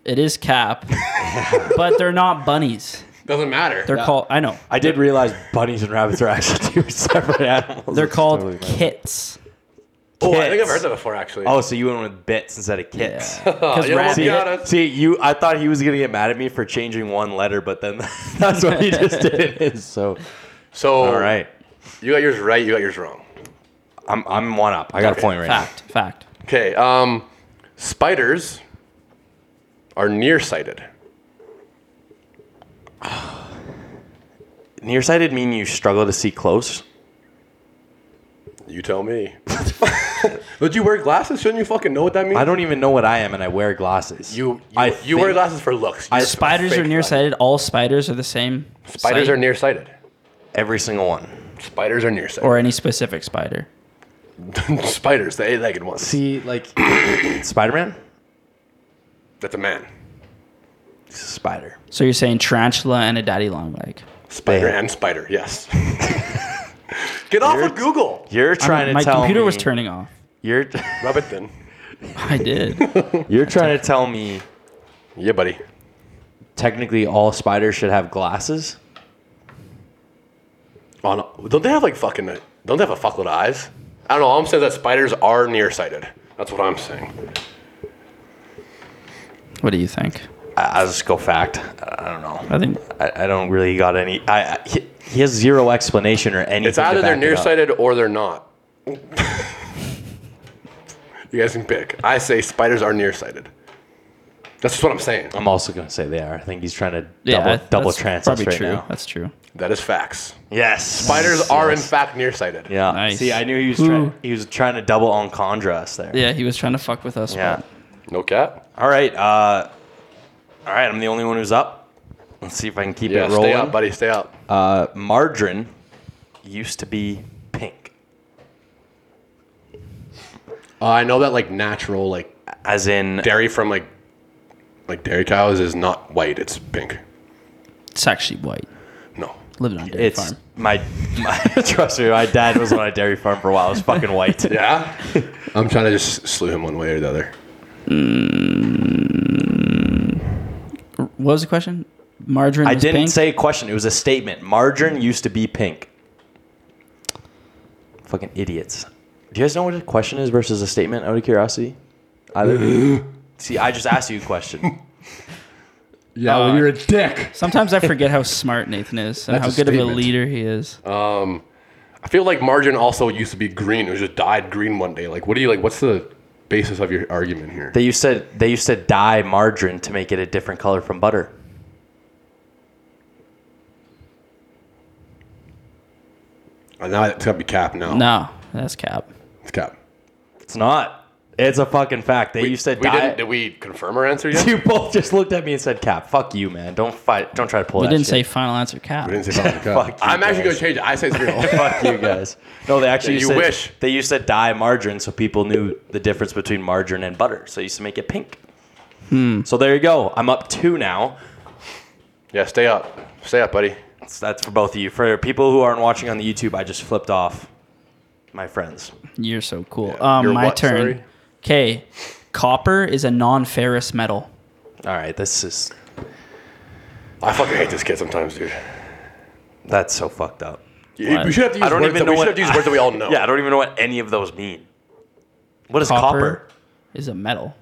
[SPEAKER 2] It is cap, but they're not bunnies.
[SPEAKER 1] Doesn't matter.
[SPEAKER 2] They're called, I know.
[SPEAKER 3] I did realize bunnies and rabbits are actually two separate animals.
[SPEAKER 2] They're
[SPEAKER 3] It's
[SPEAKER 2] called
[SPEAKER 3] totally fine.
[SPEAKER 2] kits.
[SPEAKER 1] oh, I think I've
[SPEAKER 3] Kits.
[SPEAKER 1] heard that before actually.
[SPEAKER 3] Oh, so you went with bits instead of kits.
[SPEAKER 2] Because
[SPEAKER 1] you know what?
[SPEAKER 3] See,
[SPEAKER 1] Yeah, that's-
[SPEAKER 3] see, you. I thought he was gonna get mad at me for changing one letter, but then that's what he just did. So
[SPEAKER 1] so
[SPEAKER 3] all right,
[SPEAKER 1] you got yours right. You got yours wrong.
[SPEAKER 3] I'm I'm one up. I got a point right now.
[SPEAKER 2] fact, fact.
[SPEAKER 1] Okay. Um, spiders are nearsighted.
[SPEAKER 3] Nearsighted mean you struggle to see close.
[SPEAKER 1] You tell me. Don't you wear glasses? Shouldn't you fucking know what that means?
[SPEAKER 3] I don't even know what I am, and I wear glasses.
[SPEAKER 1] You you,
[SPEAKER 3] I
[SPEAKER 1] you wear
[SPEAKER 3] think-
[SPEAKER 1] glasses for looks.
[SPEAKER 3] I-
[SPEAKER 1] You
[SPEAKER 2] Spiders
[SPEAKER 1] fake
[SPEAKER 2] are
[SPEAKER 1] that.
[SPEAKER 2] nearsighted. All spiders are the same.
[SPEAKER 1] Spiders
[SPEAKER 2] sight,
[SPEAKER 1] are nearsighted.
[SPEAKER 3] every single one.
[SPEAKER 1] Spiders are nearsighted.
[SPEAKER 2] Or any specific spider.
[SPEAKER 1] spiders, the eight-legged ones.
[SPEAKER 3] See, like Spider Man,
[SPEAKER 1] That's a man.
[SPEAKER 3] he's a spider.
[SPEAKER 2] So you're saying tarantula and a daddy long leg.
[SPEAKER 1] Spider
[SPEAKER 3] Bam.
[SPEAKER 1] and spider, yes. Get off of Google.
[SPEAKER 3] You're trying to
[SPEAKER 2] My
[SPEAKER 3] tell
[SPEAKER 2] computer was
[SPEAKER 3] me-
[SPEAKER 2] turning off.
[SPEAKER 3] You're
[SPEAKER 1] Rub it then.
[SPEAKER 2] I did.
[SPEAKER 3] you're trying to tell me
[SPEAKER 1] Yeah, buddy.
[SPEAKER 3] technically all spiders should have glasses.
[SPEAKER 1] On don't they have like fucking don't they have a fuckload of eyes? I don't know. All I'm saying is that spiders are nearsighted. That's what I'm saying.
[SPEAKER 2] what do you think?
[SPEAKER 3] I, I'll just go fact. I I don't know.
[SPEAKER 2] I think
[SPEAKER 3] I, I don't really got any. I, I he, he has zero explanation or anything.
[SPEAKER 1] It's either
[SPEAKER 3] to
[SPEAKER 1] they're
[SPEAKER 3] back it up.
[SPEAKER 1] nearsighted or they're not. you guys can pick. I say spiders are nearsighted. That's just what I'm saying.
[SPEAKER 3] I'm also gonna say they are. I think he's trying to double
[SPEAKER 2] yeah, that-
[SPEAKER 3] double
[SPEAKER 2] that's
[SPEAKER 3] translate
[SPEAKER 2] probably
[SPEAKER 3] right
[SPEAKER 2] true.
[SPEAKER 3] now.
[SPEAKER 2] That's true.
[SPEAKER 1] That is facts.
[SPEAKER 3] Yes,
[SPEAKER 1] Spiders
[SPEAKER 3] Yes.
[SPEAKER 1] are in fact nearsighted.
[SPEAKER 3] Yeah.
[SPEAKER 2] Nice.
[SPEAKER 3] See, I knew he was
[SPEAKER 2] Ooh.
[SPEAKER 3] trying. He was trying to double entendre us there.
[SPEAKER 2] Yeah, he was trying to fuck with us.
[SPEAKER 3] Yeah.
[SPEAKER 2] but-
[SPEAKER 1] No cat.
[SPEAKER 3] All right. Uh, all right. I'm the only one who's up. Let's see if I can keep
[SPEAKER 1] Yeah,
[SPEAKER 3] it rolling.
[SPEAKER 1] stay up, buddy. Stay up.
[SPEAKER 3] Uh, margarine used to be pink,
[SPEAKER 1] Uh, I know that like natural like
[SPEAKER 3] as in
[SPEAKER 1] dairy from like like dairy cows is not white. It's pink.
[SPEAKER 2] It's actually white.
[SPEAKER 1] No.
[SPEAKER 2] Living on a dairy
[SPEAKER 3] it's
[SPEAKER 2] farm.
[SPEAKER 3] my, my. Trust me, my dad was on a dairy farm for a while. It was fucking white.
[SPEAKER 1] Yeah. I'm trying to just slew him one way or the other.
[SPEAKER 2] What was the question? Margarine.
[SPEAKER 3] I
[SPEAKER 2] was
[SPEAKER 3] didn't
[SPEAKER 2] pink?
[SPEAKER 3] say a question. It was a statement. Margarine used to be pink. Fucking idiots. Do you guys know what a question is versus a statement? Out of curiosity, either. of you? See, I just asked you a question.
[SPEAKER 1] Yeah,
[SPEAKER 3] Uh,
[SPEAKER 1] well, you're a dick.
[SPEAKER 2] Sometimes I forget how smart Nathan is and how
[SPEAKER 1] That's a
[SPEAKER 2] good of a
[SPEAKER 1] statement.
[SPEAKER 2] leader he is.
[SPEAKER 1] I feel like margarine also used to be green. It was just dyed green one day. Like, what do you like? What's the basis of your argument here?
[SPEAKER 3] They used to they used to dye margarine to make it a different color from butter.
[SPEAKER 1] Uh, now it's gotta be cap. Now
[SPEAKER 2] no, that's cap.
[SPEAKER 1] it's cap.
[SPEAKER 3] It's not. It's a fucking fact. They used to
[SPEAKER 1] we
[SPEAKER 3] dye.
[SPEAKER 1] didn't. Did we confirm our answer yet?
[SPEAKER 3] you both just looked at me and said, "Cap, fuck you, man. Don't fight. Don't try to pull."
[SPEAKER 2] We
[SPEAKER 3] that
[SPEAKER 2] didn't say
[SPEAKER 3] shit.
[SPEAKER 2] final answer cap.
[SPEAKER 1] we didn't say fucking cap.
[SPEAKER 3] Fuck you
[SPEAKER 1] I'm actually gonna
[SPEAKER 3] guys.
[SPEAKER 1] change it. I say it's real.
[SPEAKER 3] Fuck you guys. No, they actually
[SPEAKER 1] Yeah,
[SPEAKER 3] used
[SPEAKER 1] you
[SPEAKER 3] to,
[SPEAKER 1] wish.
[SPEAKER 3] they used to dye margarine so people knew the difference between margarine and butter. So they used to make it pink. So there you go. I'm up two now.
[SPEAKER 1] yeah, stay up. Stay up, buddy.
[SPEAKER 3] So that's for both of you. For people who aren't watching on the YouTube, I just flipped off my friends.
[SPEAKER 2] You're so cool.
[SPEAKER 1] Yeah.
[SPEAKER 2] um,
[SPEAKER 1] You're
[SPEAKER 2] my
[SPEAKER 1] what,
[SPEAKER 2] turn.
[SPEAKER 1] sorry?
[SPEAKER 2] Okay, copper is a non-ferrous metal.
[SPEAKER 3] All right, this is
[SPEAKER 1] I fucking hate this kid sometimes, dude.
[SPEAKER 3] that's so fucked up.
[SPEAKER 1] You-
[SPEAKER 2] What?
[SPEAKER 1] We should have to use
[SPEAKER 3] I don't
[SPEAKER 1] words
[SPEAKER 3] even
[SPEAKER 1] that,
[SPEAKER 3] know
[SPEAKER 1] we should
[SPEAKER 3] what
[SPEAKER 1] have to use words that we all know.
[SPEAKER 3] Yeah, I don't even know what any of those mean. What is
[SPEAKER 2] Copper.
[SPEAKER 3] copper?
[SPEAKER 2] Is a metal.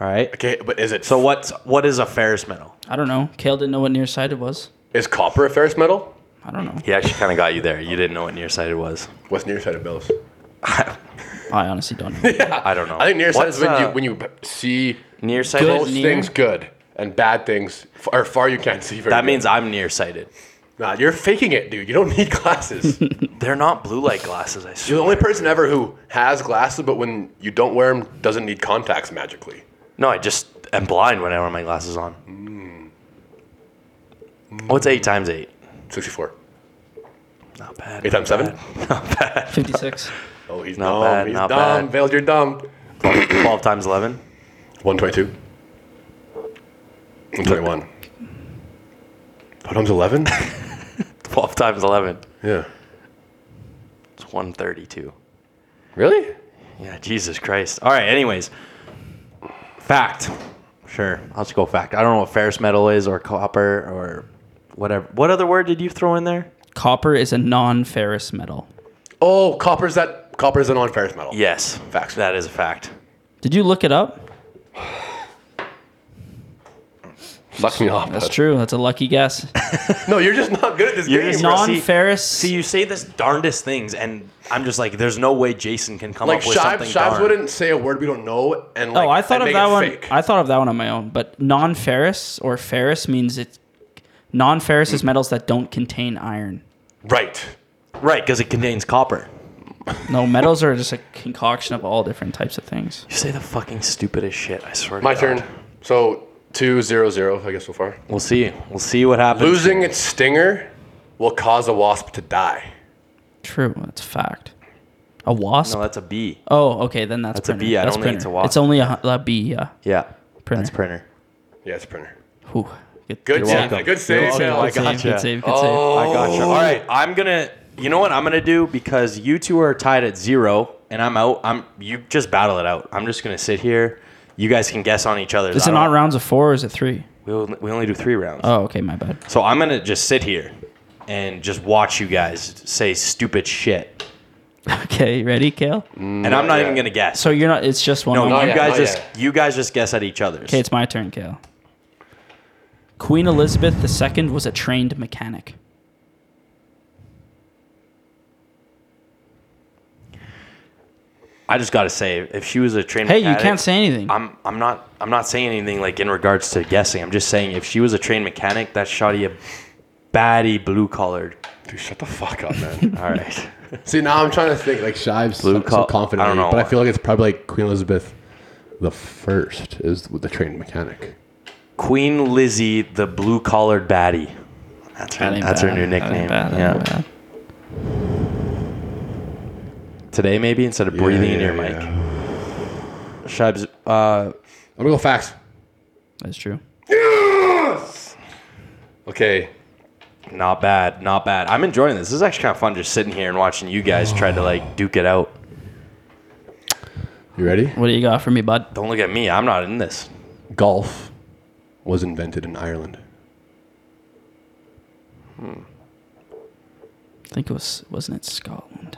[SPEAKER 3] All right.
[SPEAKER 1] Okay, but is it
[SPEAKER 3] So what's what is a ferrous metal?
[SPEAKER 2] I don't know. Kale didn't know what nearsighted was.
[SPEAKER 1] Is copper a ferrous metal?
[SPEAKER 2] I don't know.
[SPEAKER 3] He actually kind of got you there. You didn't know what nearsighted was.
[SPEAKER 1] What's nearsighted, Bills?
[SPEAKER 2] I honestly don't know.
[SPEAKER 3] I don't know.
[SPEAKER 1] I think nearsighted
[SPEAKER 3] What's,
[SPEAKER 1] is when you
[SPEAKER 3] uh,
[SPEAKER 1] when you see
[SPEAKER 3] nearsighted.
[SPEAKER 1] close
[SPEAKER 2] near-
[SPEAKER 1] things good and bad things f- or far you can't see. Very
[SPEAKER 3] That
[SPEAKER 1] good.
[SPEAKER 3] means I'm nearsighted.
[SPEAKER 1] nah, you're faking it, dude. You don't need glasses. you're
[SPEAKER 3] They're not blue light glasses. I swear.
[SPEAKER 1] the only person ever who has glasses, but when you don't wear them, doesn't need contacts magically.
[SPEAKER 3] No, I just am blind when I wear my glasses on. Hmm. What's eight times eight?
[SPEAKER 1] Sixty-four.
[SPEAKER 3] Not bad.
[SPEAKER 1] Eight times seven.
[SPEAKER 2] Fifty-six.
[SPEAKER 1] Oh, he's
[SPEAKER 3] Not
[SPEAKER 1] dumb.
[SPEAKER 3] bad,
[SPEAKER 1] he's
[SPEAKER 3] not
[SPEAKER 1] dumb.
[SPEAKER 3] bad.
[SPEAKER 1] Veiled, you're dumb.
[SPEAKER 3] Twelve times eleven.
[SPEAKER 1] One twenty-two. One twenty-one. What times eleven?
[SPEAKER 3] Twelve times eleven.
[SPEAKER 1] yeah.
[SPEAKER 3] It's one thirty-two.
[SPEAKER 1] Really?
[SPEAKER 3] Yeah, Jesus Christ. All right. Anyways, fact. Sure, let's go fact. I don't know what ferrous metal is or copper or whatever. What other word did you throw in there?
[SPEAKER 2] Copper is a non-ferrous metal.
[SPEAKER 1] Oh, copper's that copper's a non-ferrous metal.
[SPEAKER 3] Yes,
[SPEAKER 1] Facts.
[SPEAKER 3] That is a fact.
[SPEAKER 2] Did you look it up?
[SPEAKER 1] Sucks me off.
[SPEAKER 2] That's
[SPEAKER 1] bud.
[SPEAKER 2] true. That's a lucky guess.
[SPEAKER 1] No, you're just not good at this
[SPEAKER 3] You're
[SPEAKER 1] game.
[SPEAKER 3] just
[SPEAKER 1] bro.
[SPEAKER 3] not-
[SPEAKER 2] Non-ferrous.
[SPEAKER 3] See, you say this darndest things, and I'm just like, there's no way Jason can come
[SPEAKER 1] like
[SPEAKER 3] up with
[SPEAKER 1] Shives,
[SPEAKER 3] something.
[SPEAKER 1] Shives
[SPEAKER 3] darn.
[SPEAKER 1] wouldn't say a word we don't know, and like,
[SPEAKER 2] oh, I thought
[SPEAKER 1] and
[SPEAKER 2] of
[SPEAKER 1] make
[SPEAKER 2] that
[SPEAKER 1] it
[SPEAKER 2] one.
[SPEAKER 1] Fake.
[SPEAKER 2] I thought of that one on my own. But non-ferrous or ferrous means it's non-ferrous
[SPEAKER 3] Hmm.
[SPEAKER 2] is metals that don't contain iron.
[SPEAKER 1] right.
[SPEAKER 3] Right, because it contains copper.
[SPEAKER 2] No, metals are just a concoction of all different types of things.
[SPEAKER 3] You say the fucking stupidest shit. I swear. to
[SPEAKER 1] My
[SPEAKER 3] God.
[SPEAKER 1] turn. So two zero zero. I guess so far.
[SPEAKER 3] We'll see. We'll see what happens.
[SPEAKER 1] Losing its stinger will cause a wasp to die.
[SPEAKER 2] True. That's a fact. A wasp.
[SPEAKER 3] No, that's a B.
[SPEAKER 2] oh, okay. Then that's
[SPEAKER 3] That's a
[SPEAKER 2] printer.
[SPEAKER 3] bee. I
[SPEAKER 2] that's
[SPEAKER 3] don't think it's
[SPEAKER 2] printer.
[SPEAKER 3] a wasp.
[SPEAKER 2] It's only a, a bee. Yeah.
[SPEAKER 3] Yeah,
[SPEAKER 2] Printer.
[SPEAKER 3] that's printer.
[SPEAKER 1] Yeah, it's a printer.
[SPEAKER 2] Whew.
[SPEAKER 1] Good
[SPEAKER 2] You're
[SPEAKER 1] save.
[SPEAKER 2] welcome.
[SPEAKER 1] Good save.
[SPEAKER 2] Good
[SPEAKER 1] Bill. I
[SPEAKER 2] save,
[SPEAKER 1] gotcha.
[SPEAKER 2] Good save. Good
[SPEAKER 1] Oh.
[SPEAKER 3] I gotcha. All right, I'm gonna. You know what I'm gonna do because you two are tied at zero, and I'm out. I'm you just battle it out. I'm just gonna sit here. You guys can guess on each other.
[SPEAKER 2] save. Is it not rounds of four or is it three?
[SPEAKER 3] We only, we only do three rounds.
[SPEAKER 2] Oh, okay. My bad.
[SPEAKER 3] So I'm gonna just sit here and just watch you guys say stupid shit,
[SPEAKER 2] Okay. Ready, Kale?
[SPEAKER 3] and I'm
[SPEAKER 1] yeah.
[SPEAKER 3] not
[SPEAKER 1] Oh,
[SPEAKER 3] even gonna guess.
[SPEAKER 2] So you're not. It's just one.
[SPEAKER 3] Mm. no,
[SPEAKER 2] on
[SPEAKER 3] you
[SPEAKER 2] one.
[SPEAKER 1] not yet,
[SPEAKER 3] guys
[SPEAKER 1] not
[SPEAKER 3] just
[SPEAKER 1] yet.
[SPEAKER 3] you guys just guess at each other's.
[SPEAKER 2] Okay, it's my turn, Kale. Queen Elizabeth II was a trained mechanic.
[SPEAKER 3] I just gotta say, if she was a trained
[SPEAKER 2] Hey, you
[SPEAKER 3] mechanic,
[SPEAKER 2] can't say anything.
[SPEAKER 3] I'm I'm not I'm not saying anything like in regards to guessing. I'm just saying if she was a trained mechanic, that shoddy a baddie blue collared.
[SPEAKER 1] Dude, shut the fuck up, man.
[SPEAKER 3] All right.
[SPEAKER 1] See, now I'm trying to think. Like Shives,
[SPEAKER 3] Blue
[SPEAKER 1] so, so
[SPEAKER 3] col-
[SPEAKER 1] confidently,
[SPEAKER 3] I don't know.
[SPEAKER 1] but I feel like it's probably like Queen Elizabeth the First is the trained mechanic.
[SPEAKER 3] Queen Lizzie the blue collared baddie. That's
[SPEAKER 2] That
[SPEAKER 3] her,
[SPEAKER 2] ain't
[SPEAKER 3] that's
[SPEAKER 2] bad.
[SPEAKER 3] her new
[SPEAKER 2] That ain't
[SPEAKER 3] nickname.
[SPEAKER 2] bad. That
[SPEAKER 3] yeah.
[SPEAKER 2] ain't bad.
[SPEAKER 3] Today maybe instead of breathing
[SPEAKER 1] Yeah,
[SPEAKER 3] in your
[SPEAKER 1] yeah,
[SPEAKER 3] mic.
[SPEAKER 1] yeah.
[SPEAKER 3] Shibes, uh,
[SPEAKER 1] I'm gonna go facts.
[SPEAKER 2] That's true.
[SPEAKER 1] Okay.
[SPEAKER 3] not bad, not bad. I'm enjoying this. This is actually kind of fun just sitting here and watching you guys try to like duke it out.
[SPEAKER 1] You ready?
[SPEAKER 2] What do you got for me, bud?
[SPEAKER 3] Don't look at me. I'm not in this.
[SPEAKER 1] Golf was invented in Ireland.
[SPEAKER 2] I think it was wasn't it Scotland?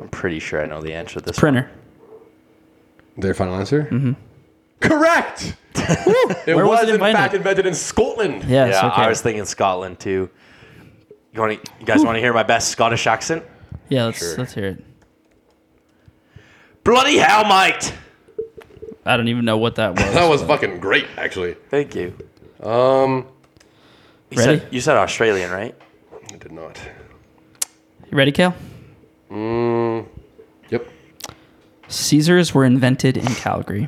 [SPEAKER 3] I'm pretty sure I know the answer to this. one.
[SPEAKER 2] Printer.
[SPEAKER 1] Their final answer? Mm-hmm. Correct! it
[SPEAKER 2] Where was
[SPEAKER 1] was,
[SPEAKER 2] it
[SPEAKER 1] in fact
[SPEAKER 2] invented?
[SPEAKER 1] invented in Scotland.
[SPEAKER 2] Yes.
[SPEAKER 3] yeah,
[SPEAKER 2] okay.
[SPEAKER 3] I was thinking Scotland too. You, want to, you guys want to hear my best Scottish accent?
[SPEAKER 2] yeah. Let's
[SPEAKER 1] Sure.
[SPEAKER 2] let's hear it.
[SPEAKER 3] Bloody hell, mate!
[SPEAKER 2] I don't even know what that was.
[SPEAKER 1] That was fucking great, actually.
[SPEAKER 3] Thank you.
[SPEAKER 1] Um,
[SPEAKER 3] You
[SPEAKER 2] Ready?
[SPEAKER 3] said, you said Australian, right?
[SPEAKER 1] I did not.
[SPEAKER 2] You ready, Kale?
[SPEAKER 1] Yep.
[SPEAKER 2] Caesars were invented in Calgary.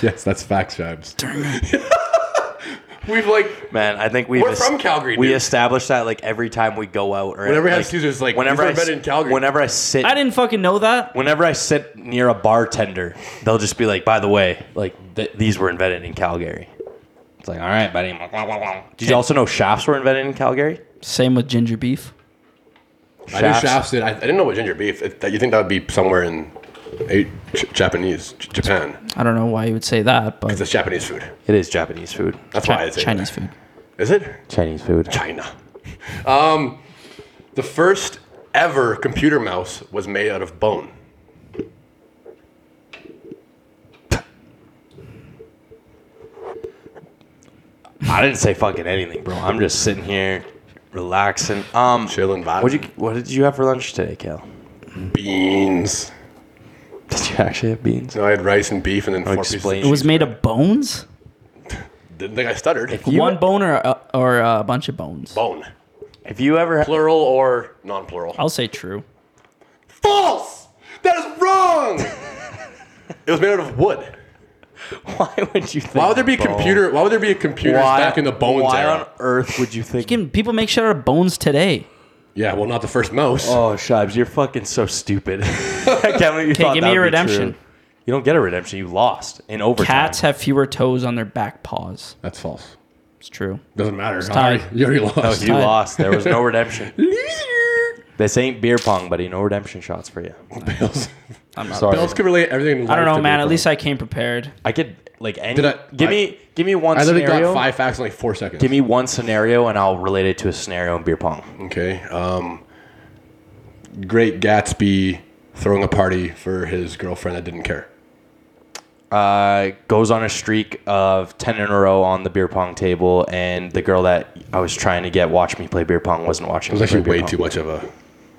[SPEAKER 1] Yes, that's facts, Jabs. We've like,
[SPEAKER 3] Man, I think we've
[SPEAKER 1] We're from Calgary,
[SPEAKER 3] We
[SPEAKER 1] dude.
[SPEAKER 3] established that like every time we go out or
[SPEAKER 1] Whenever we have Caesars, like,
[SPEAKER 3] whenever
[SPEAKER 1] we've
[SPEAKER 3] I
[SPEAKER 1] been
[SPEAKER 3] s-
[SPEAKER 1] in Calgary.
[SPEAKER 3] Whenever I sit,
[SPEAKER 2] I didn't fucking know that.
[SPEAKER 3] whenever I sit near a bartender, they'll just be like, "By the way, like th- these were invented in Calgary." It's like, all right, buddy. I'm like, "Wah, wah, wah." Did you also know shafts were invented in Calgary?
[SPEAKER 2] Same with ginger beef.
[SPEAKER 1] I knew shafts did. I, I didn't know what ginger beef. It, that, you think that would be somewhere in eh, J- Japanese, J- Japan.
[SPEAKER 2] I don't know why you would say that, but
[SPEAKER 1] It's Japanese food.
[SPEAKER 3] It is Japanese food.
[SPEAKER 1] That's why
[SPEAKER 2] Chi-
[SPEAKER 1] it's
[SPEAKER 2] Chinese food.
[SPEAKER 1] Is it?
[SPEAKER 3] Chinese food.
[SPEAKER 1] China. Um, the first ever computer mouse was made out of bone.
[SPEAKER 3] I didn't say fucking anything, bro. I'm just sitting here relaxing. Um,
[SPEAKER 1] Chilling, vibing.
[SPEAKER 3] What you What did you have for lunch today, Cal?
[SPEAKER 1] Beans.
[SPEAKER 3] Did you actually have beans?
[SPEAKER 1] No, I had rice and beef and then four
[SPEAKER 3] explain.
[SPEAKER 1] pieces.
[SPEAKER 2] It was made of bones.
[SPEAKER 1] Didn't think I stuttered.
[SPEAKER 3] You-
[SPEAKER 2] One bone or a, or a bunch of bones.
[SPEAKER 1] Bone.
[SPEAKER 3] If you ever
[SPEAKER 1] Plural or non-plural?
[SPEAKER 2] I'll say true.
[SPEAKER 1] False. That is wrong. it was made out of wood.
[SPEAKER 3] why would you? Think
[SPEAKER 1] Why would there be a
[SPEAKER 3] bone?
[SPEAKER 1] computer? Why would there be a computer
[SPEAKER 3] Why-
[SPEAKER 1] back in the bones
[SPEAKER 3] Why
[SPEAKER 1] era?
[SPEAKER 3] on earth would you think?
[SPEAKER 2] Can people make shit out of bones today?
[SPEAKER 1] Yeah, well, not the first mouse.
[SPEAKER 3] Oh, Shibes, you're fucking so stupid. I can't believe you thought
[SPEAKER 2] give
[SPEAKER 3] that
[SPEAKER 2] me a
[SPEAKER 3] would be true.
[SPEAKER 2] redemption.
[SPEAKER 3] You don't get a redemption. You lost in overtime.
[SPEAKER 2] Cats have fewer toes on their back paws.
[SPEAKER 1] That's false.
[SPEAKER 2] It's true.
[SPEAKER 1] Doesn't matter. I
[SPEAKER 2] tied.
[SPEAKER 1] already- You already
[SPEAKER 3] No,
[SPEAKER 1] lost.
[SPEAKER 3] you
[SPEAKER 2] tied.
[SPEAKER 3] lost. There was no redemption. This ain't beer pong, buddy. No redemption shots for you.
[SPEAKER 1] Bills.
[SPEAKER 2] I'm not.
[SPEAKER 3] Sorry.
[SPEAKER 1] Bills can relate everything. in
[SPEAKER 2] I don't
[SPEAKER 1] life
[SPEAKER 2] know,
[SPEAKER 1] to
[SPEAKER 2] man.
[SPEAKER 1] beer
[SPEAKER 2] At
[SPEAKER 1] pong.
[SPEAKER 2] least I came prepared.
[SPEAKER 3] I could like any.
[SPEAKER 1] Did I-
[SPEAKER 3] give
[SPEAKER 1] I-
[SPEAKER 3] me give me one
[SPEAKER 1] I literally got
[SPEAKER 3] scenario.
[SPEAKER 1] five facts in like four seconds.
[SPEAKER 3] Give me one scenario, and I'll relate it to a scenario in beer pong.
[SPEAKER 1] Okay. Um, great Gatsby throwing a party for his girlfriend that didn't care.
[SPEAKER 3] Uh, goes on a streak of ten in a row on the beer pong table, and the girl that I was trying to get watch me play beer pong wasn't watching.
[SPEAKER 1] It was
[SPEAKER 3] me
[SPEAKER 1] actually
[SPEAKER 3] play
[SPEAKER 1] way
[SPEAKER 3] beer
[SPEAKER 1] too
[SPEAKER 3] pong.
[SPEAKER 1] much of a.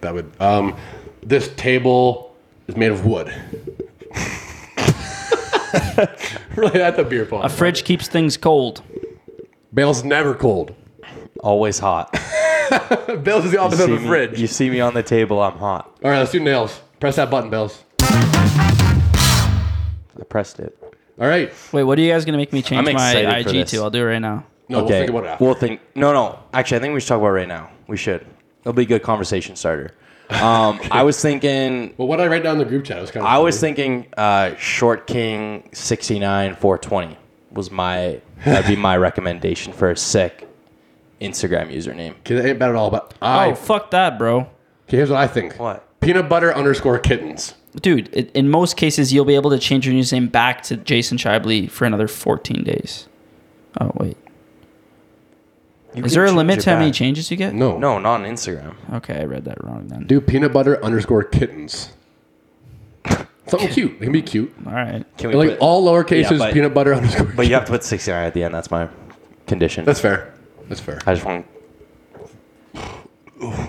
[SPEAKER 1] That would. Um, this table is made of wood. really, that's a beer pong.
[SPEAKER 2] A fridge keeps things cold.
[SPEAKER 1] Bale's never cold.
[SPEAKER 3] Always hot.
[SPEAKER 1] Bale's is the opposite of
[SPEAKER 3] see
[SPEAKER 1] a
[SPEAKER 3] me-
[SPEAKER 1] fridge.
[SPEAKER 3] you see me on the table, I'm hot.
[SPEAKER 1] All right, let's do nails. Press that button, Bales.
[SPEAKER 3] I pressed it.
[SPEAKER 1] All right.
[SPEAKER 2] Wait, what are you guys gonna make me change
[SPEAKER 3] I'm
[SPEAKER 2] my
[SPEAKER 3] excited for
[SPEAKER 2] IG
[SPEAKER 3] this.
[SPEAKER 2] to? I'll do it right now.
[SPEAKER 1] No, we'll think about it after.
[SPEAKER 3] We'll think. No, no. Actually, I think we should talk about it right now. We should. It'll be a good conversation starter. Um, I was thinking.
[SPEAKER 1] Well, what did I write down in the group chat? It was kind of
[SPEAKER 3] I was
[SPEAKER 1] funny.
[SPEAKER 3] thinking. Uh, Short King sixty nine four twenty was my. That'd be my recommendation for a sick Instagram username.
[SPEAKER 1] 'Cause it ain't bad at all, but I.
[SPEAKER 2] oh, fuck that, bro.
[SPEAKER 1] Okay, here's what I think.
[SPEAKER 3] What?
[SPEAKER 1] Peanut butter underscore kittens.
[SPEAKER 2] Dude, i- in most cases, you'll be able to change your username back to Jason Shibley for another 14 days. Oh, wait.
[SPEAKER 3] You
[SPEAKER 2] Is
[SPEAKER 3] can
[SPEAKER 2] there a
[SPEAKER 3] change
[SPEAKER 2] limit
[SPEAKER 3] it
[SPEAKER 2] to how many
[SPEAKER 3] back.
[SPEAKER 2] changes you get?
[SPEAKER 1] No.
[SPEAKER 3] No, not on Instagram.
[SPEAKER 2] Okay, I read that wrong then.
[SPEAKER 1] Do peanut butter underscore kittens. Something cute. It can be cute.
[SPEAKER 2] All right.
[SPEAKER 3] Can we
[SPEAKER 1] Like
[SPEAKER 3] put-
[SPEAKER 1] all lowercase
[SPEAKER 3] Yeah,
[SPEAKER 1] is
[SPEAKER 3] but-
[SPEAKER 1] peanut butter underscore.
[SPEAKER 3] But you have to put sixty nine at the end. That's my condition.
[SPEAKER 1] That's fair. That's fair.
[SPEAKER 3] I just want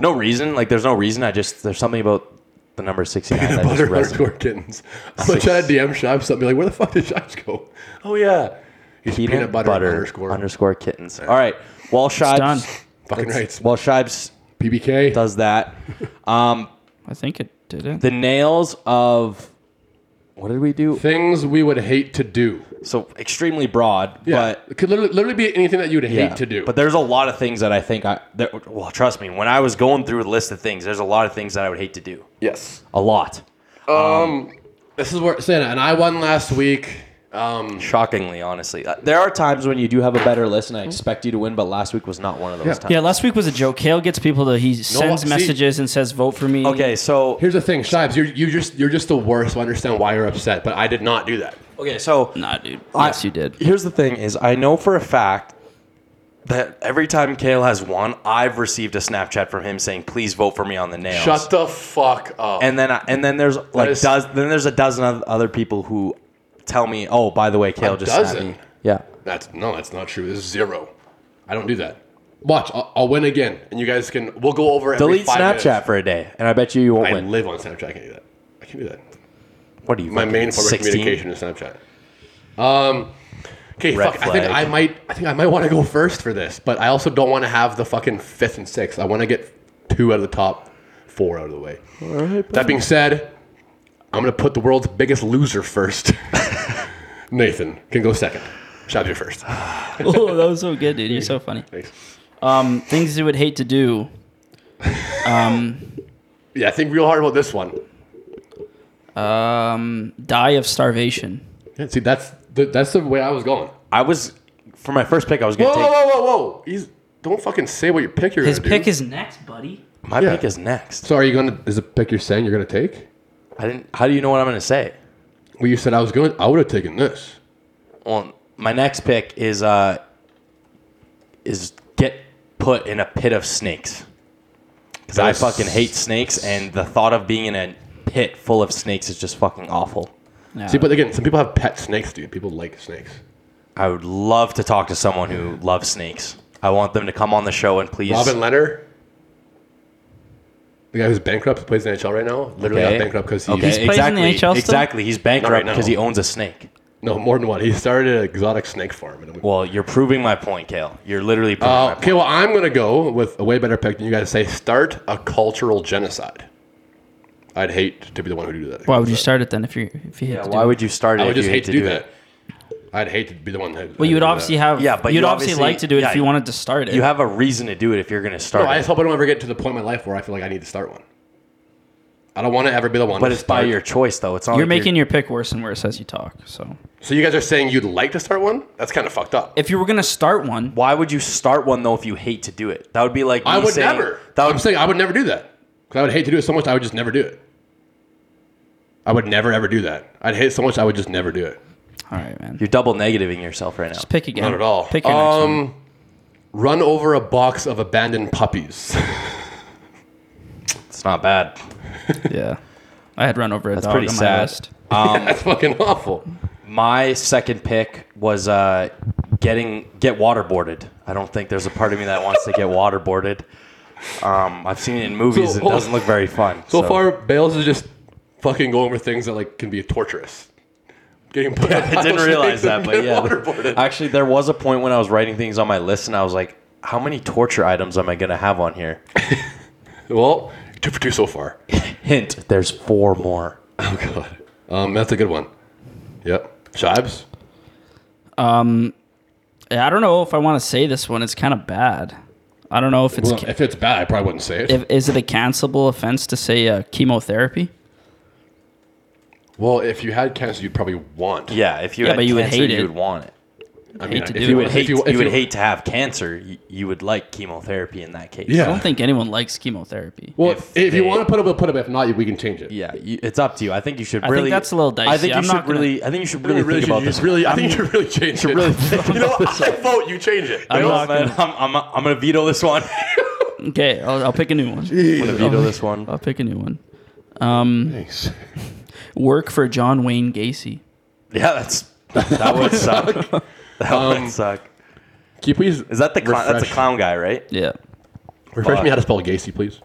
[SPEAKER 3] no reason. Like there's no reason. I just there's something about the number sixty nine
[SPEAKER 1] Peanut
[SPEAKER 3] that just
[SPEAKER 1] butter
[SPEAKER 3] resonates.
[SPEAKER 1] underscore kittens. I'm gonna try to DM Shibes something like, where the fuck did Shibes go? Oh yeah, he's peanut, butter, underscore
[SPEAKER 3] underscore kittens. All right. While
[SPEAKER 2] done.
[SPEAKER 3] Shibes
[SPEAKER 1] fucking right.
[SPEAKER 3] while Shibes
[SPEAKER 1] PBK.
[SPEAKER 3] does that, um,
[SPEAKER 2] I think it did it.
[SPEAKER 3] the nails of what did we do?
[SPEAKER 1] Things we would hate to do.
[SPEAKER 3] So extremely broad,
[SPEAKER 1] Yeah,
[SPEAKER 3] but
[SPEAKER 1] it could literally, literally be anything that you would hate
[SPEAKER 3] Yeah.
[SPEAKER 1] to do.
[SPEAKER 3] But there's a lot of things that I think I that, well, trust me, when I was going through the list of things, there's a lot of things that I would hate to do.
[SPEAKER 1] yes,
[SPEAKER 3] A lot.
[SPEAKER 1] this is where Santa and I won last week. Um,
[SPEAKER 3] Shockingly, honestly, Uh, there are times when you do have a better list, and I expect you to win. But last week was not one of those
[SPEAKER 1] Yeah.
[SPEAKER 3] times.
[SPEAKER 2] Yeah, last week was a joke. Kale gets people to, he sends
[SPEAKER 1] see-
[SPEAKER 2] messages and says, vote for me.
[SPEAKER 3] Okay, so
[SPEAKER 1] here's the thing, Shibes, you're you just you're just the worst. So I understand why you're upset, but I did not do that.
[SPEAKER 3] okay, so
[SPEAKER 2] Nah, dude.
[SPEAKER 3] I-
[SPEAKER 2] Yes, you did.
[SPEAKER 3] Here's the thing: is I know for a fact that every time Kale has won, I've received a Snapchat from him saying, "Please vote for me on the nails."
[SPEAKER 1] Shut the fuck up.
[SPEAKER 3] and then I, and then there's like
[SPEAKER 1] is-
[SPEAKER 3] does then there's a dozen of other people who tell me, "Oh, by the way, Kale just snapped
[SPEAKER 1] dozen?
[SPEAKER 3] me." Yeah.
[SPEAKER 1] That's no, that's not true. This is zero. I don't do that. Watch, I'll, I'll win again, and you guys can. We'll go over every
[SPEAKER 3] Delete
[SPEAKER 1] five
[SPEAKER 3] Snapchat
[SPEAKER 1] minutes.
[SPEAKER 3] for a day, and I bet you you won't
[SPEAKER 1] I
[SPEAKER 3] win.
[SPEAKER 1] live on Snapchat. I can't do that. I can't do that.
[SPEAKER 3] what are you?
[SPEAKER 1] My
[SPEAKER 3] fucking,
[SPEAKER 1] main form
[SPEAKER 3] 16?
[SPEAKER 1] of communication is Snapchat. Um. Okay,
[SPEAKER 3] Red
[SPEAKER 1] fuck. I think I
[SPEAKER 3] flag.
[SPEAKER 1] might. I think I might want to go first for this, but I also don't want to have the fucking fifth and sixth. I want to get two out of the top four out of the way. that being said, I'm gonna put the world's biggest loser first. Nathan can go second. Shab, you first.
[SPEAKER 2] oh, that was so good, dude. You're so funny.
[SPEAKER 1] Thanks.
[SPEAKER 2] Um, things you would hate to do.
[SPEAKER 1] Yeah, think real hard about this one.
[SPEAKER 2] Um, die of starvation.
[SPEAKER 1] Yeah, see, that's the, that's the way I was going.
[SPEAKER 3] I was for my first pick. I was
[SPEAKER 1] Whoa,
[SPEAKER 3] gonna
[SPEAKER 1] whoa,
[SPEAKER 3] take
[SPEAKER 1] whoa, whoa, whoa! He's, don't fucking say what your pick you're
[SPEAKER 2] His
[SPEAKER 1] gonna
[SPEAKER 2] pick
[SPEAKER 1] do.
[SPEAKER 2] is next, buddy.
[SPEAKER 3] my
[SPEAKER 1] Yeah.
[SPEAKER 3] pick is next.
[SPEAKER 1] So are you gonna? Is the pick you're saying you're gonna take?
[SPEAKER 3] I didn't. How do you know what I'm gonna say?
[SPEAKER 1] Well, you said I was going. I would have taken this.
[SPEAKER 3] Well, my next pick is uh is get put in a pit of snakes because I
[SPEAKER 1] That's-
[SPEAKER 3] fucking hate snakes, and the thought of being in a pit full of snakes is just fucking awful.
[SPEAKER 2] Nah.
[SPEAKER 3] Uh,
[SPEAKER 1] See, but again, some people have pet snakes, dude. People like snakes.
[SPEAKER 3] I would love to talk to someone who loves snakes. I want them to come on the show and please.
[SPEAKER 1] Robin Leonard, the guy who's bankrupt, who plays in the NHL right now, literally
[SPEAKER 3] Okay.
[SPEAKER 1] got bankrupt because he
[SPEAKER 3] Okay,
[SPEAKER 2] He's plays in the NHL still?
[SPEAKER 3] Exactly. He's bankrupt
[SPEAKER 1] Not right
[SPEAKER 3] because
[SPEAKER 1] now.
[SPEAKER 3] he owns a snake.
[SPEAKER 1] no more than one. He started an exotic snake farm. And we,
[SPEAKER 3] Well, you're proving my point, Kale. You're literally proving my
[SPEAKER 1] uh,
[SPEAKER 3] point.
[SPEAKER 1] okay, well, I'm gonna go with a way better pick than you guys. Say start a cultural genocide. I'd hate to be the one who do that.
[SPEAKER 2] Why would you start it then if you if you hate
[SPEAKER 3] Yeah,
[SPEAKER 2] to do
[SPEAKER 3] why
[SPEAKER 2] it?
[SPEAKER 3] would you start it?
[SPEAKER 1] I would
[SPEAKER 3] if
[SPEAKER 1] just
[SPEAKER 3] you
[SPEAKER 1] hate, to do, that. I'd hate to be the one. That,
[SPEAKER 2] Well, you would obviously have.
[SPEAKER 3] Yeah, but
[SPEAKER 2] you'd
[SPEAKER 3] you
[SPEAKER 2] obviously,
[SPEAKER 3] obviously-
[SPEAKER 2] like to do it
[SPEAKER 3] yeah,
[SPEAKER 2] if you wanted to start it.
[SPEAKER 3] You have a reason to do it if you're going to start.
[SPEAKER 1] No, I
[SPEAKER 3] it.
[SPEAKER 1] just hope I don't ever get to the point in my life where I feel like I need to start one. I don't want to ever be the one.
[SPEAKER 3] but
[SPEAKER 1] to
[SPEAKER 3] it's by
[SPEAKER 1] start-
[SPEAKER 3] your choice, though. It's not.
[SPEAKER 2] you're
[SPEAKER 3] like
[SPEAKER 2] making your pick worse and worse as you talk. So
[SPEAKER 1] So you guys are saying you'd like to start one? That's kind of fucked up.
[SPEAKER 2] if you were gonna start one,
[SPEAKER 3] Why would you start one though if you hate to do it? That would be like
[SPEAKER 1] I
[SPEAKER 3] me
[SPEAKER 1] would
[SPEAKER 3] saying-
[SPEAKER 1] never.
[SPEAKER 3] That
[SPEAKER 1] I'm
[SPEAKER 3] would,
[SPEAKER 1] saying I would never do that because I would hate to do it so much. I would just never do it. I would never ever do that. I'd hate it so much. I would just never do it.
[SPEAKER 2] all right, man,
[SPEAKER 3] you're double negativing yourself right now.
[SPEAKER 2] just pick again.
[SPEAKER 1] Not at all.
[SPEAKER 2] Pick your next one.
[SPEAKER 1] um, run over a box of abandoned puppies.
[SPEAKER 3] It's not bad.
[SPEAKER 2] Yeah, I had run over a
[SPEAKER 3] That's
[SPEAKER 2] dog
[SPEAKER 3] pretty
[SPEAKER 2] on my
[SPEAKER 3] sad.
[SPEAKER 2] list.
[SPEAKER 3] Um,
[SPEAKER 1] That's fucking awful.
[SPEAKER 3] My second pick was uh, getting get waterboarded. I don't think there's a part of me that wants to get waterboarded. Um, I've seen it in movies.
[SPEAKER 1] So-
[SPEAKER 3] it doesn't look very fun.
[SPEAKER 1] So, far, Bales is just fucking going over things that like can be torturous. Getting put
[SPEAKER 3] I didn't realize that, but yeah. Actually, there was a point when I was writing things on my list, and I was like, "How many torture items am I gonna have on here?"
[SPEAKER 1] Well, two for two so far.
[SPEAKER 3] Hint: There's four more.
[SPEAKER 1] Oh god, um, that's a good one. Yep, Shibes.
[SPEAKER 2] Yeah, I don't know if I want to say this one. It's kind of bad. I don't know if it's
[SPEAKER 1] Well,
[SPEAKER 2] ca-
[SPEAKER 1] if it's bad, I probably wouldn't say it.
[SPEAKER 2] if, is it a cancelable offense to say uh, chemotherapy?
[SPEAKER 1] well, if you had cancer, you'd probably want.
[SPEAKER 3] Yeah, if you
[SPEAKER 2] Yeah,
[SPEAKER 3] had
[SPEAKER 2] but you would
[SPEAKER 3] cancer,
[SPEAKER 2] hate
[SPEAKER 3] you
[SPEAKER 2] it.
[SPEAKER 3] would want it.
[SPEAKER 1] I mean,
[SPEAKER 2] hate to
[SPEAKER 1] if
[SPEAKER 2] do
[SPEAKER 1] you
[SPEAKER 2] it.
[SPEAKER 3] You would hate.
[SPEAKER 1] if you,
[SPEAKER 3] You,
[SPEAKER 1] if
[SPEAKER 3] would hate to have cancer. You, you would like chemotherapy in that case.
[SPEAKER 1] Yeah.
[SPEAKER 2] I don't think anyone likes chemotherapy.
[SPEAKER 1] Well, if,
[SPEAKER 3] if
[SPEAKER 1] you
[SPEAKER 3] they-
[SPEAKER 1] want to put up, we'll put up. If not, we can change it.
[SPEAKER 3] Yeah, you, it's up to you. I think you should
[SPEAKER 2] think
[SPEAKER 3] really.
[SPEAKER 2] that's a little
[SPEAKER 3] I
[SPEAKER 2] dicey.
[SPEAKER 3] think you
[SPEAKER 2] I'm
[SPEAKER 3] should
[SPEAKER 2] not gonna-
[SPEAKER 3] really. I think you should really, think about this.
[SPEAKER 1] really, I think you should really change it.
[SPEAKER 3] really think
[SPEAKER 1] you know, what? I vote you change it.
[SPEAKER 2] I'm
[SPEAKER 3] No,
[SPEAKER 2] not
[SPEAKER 3] man, I'm, I'm, I'm gonna veto this one.
[SPEAKER 2] Okay, I'll, I'll pick a new one.
[SPEAKER 3] I'm gonna veto
[SPEAKER 2] Um,
[SPEAKER 3] this one.
[SPEAKER 2] I'll pick a new one. Um,
[SPEAKER 1] Thanks.
[SPEAKER 2] work for John Wayne Gacy.
[SPEAKER 3] Yeah, that's that would suck. That
[SPEAKER 2] um,
[SPEAKER 3] would suck.
[SPEAKER 1] Can you please?
[SPEAKER 3] Is that the clown? That's a
[SPEAKER 1] refresh-
[SPEAKER 3] clown guy, right?
[SPEAKER 2] Yeah,
[SPEAKER 1] Refresh me how to spell Gacy, please.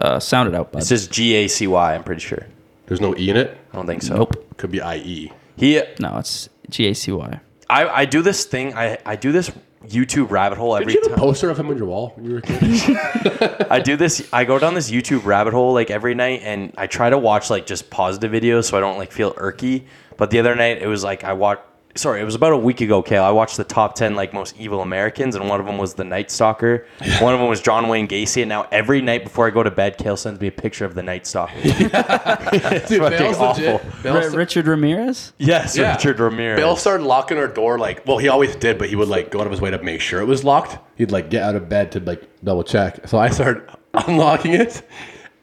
[SPEAKER 2] uh, sound it out, bud.
[SPEAKER 3] It's just G A C Y. I'm pretty sure.
[SPEAKER 1] There's no e in it.
[SPEAKER 3] I don't think so.
[SPEAKER 2] Nope.
[SPEAKER 1] Could be i e.
[SPEAKER 3] He.
[SPEAKER 2] No, it's G A C Y.
[SPEAKER 3] I, I do this thing. I, I do this YouTube rabbit hole
[SPEAKER 1] Did
[SPEAKER 3] every
[SPEAKER 1] you have a
[SPEAKER 3] time.
[SPEAKER 1] poster of him on your wall when you were a kid?
[SPEAKER 3] I do this. I go down this YouTube rabbit hole like every night, and I try to watch like just positive videos so I don't like feel irky. But the other night it was like I watched. Sorry, it was about a week ago, Kale. I watched the top ten like most evil Americans, and one of them was the Night Stalker. One of them was John Wayne Gacy, and now every night before I go to bed, Kale sends me a picture of the Night Stalker.
[SPEAKER 1] Dude,
[SPEAKER 3] fucking
[SPEAKER 1] Bale's legit-
[SPEAKER 3] awful.
[SPEAKER 1] Bale's-
[SPEAKER 2] Richard Ramirez.
[SPEAKER 3] yes,
[SPEAKER 1] yeah.
[SPEAKER 3] Richard Ramirez.
[SPEAKER 1] Bale started locking our door like, well, he always did, but he would like go out of his way to make sure it was locked. He'd like get out of bed to like double check. So I started unlocking it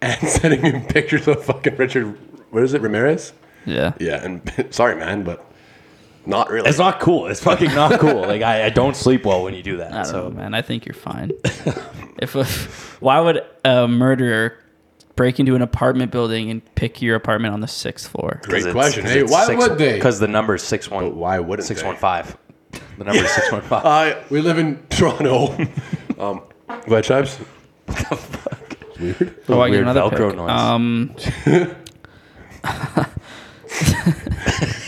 [SPEAKER 1] and sending him pictures of fucking Richard. What is it, Ramirez?
[SPEAKER 2] Yeah.
[SPEAKER 1] Yeah, and sorry, man, but not really.
[SPEAKER 3] it's not cool. It's fucking not cool. Like I, I don't sleep well when you do that.
[SPEAKER 2] I don't
[SPEAKER 3] so
[SPEAKER 2] know, man. I think you're fine. if a, why would a murderer break into an apartment building and pick your apartment on the sixth floor?
[SPEAKER 1] Great question. Hey, why would they?
[SPEAKER 3] Because the number is six one.
[SPEAKER 1] But why wouldn't they?
[SPEAKER 3] six one five? The number is six one five.
[SPEAKER 1] Uh, we live in Toronto. um, glad chimes.
[SPEAKER 2] Oh, I get
[SPEAKER 3] Weird
[SPEAKER 2] another
[SPEAKER 3] Velcro
[SPEAKER 2] pick.
[SPEAKER 3] noise.
[SPEAKER 2] Um,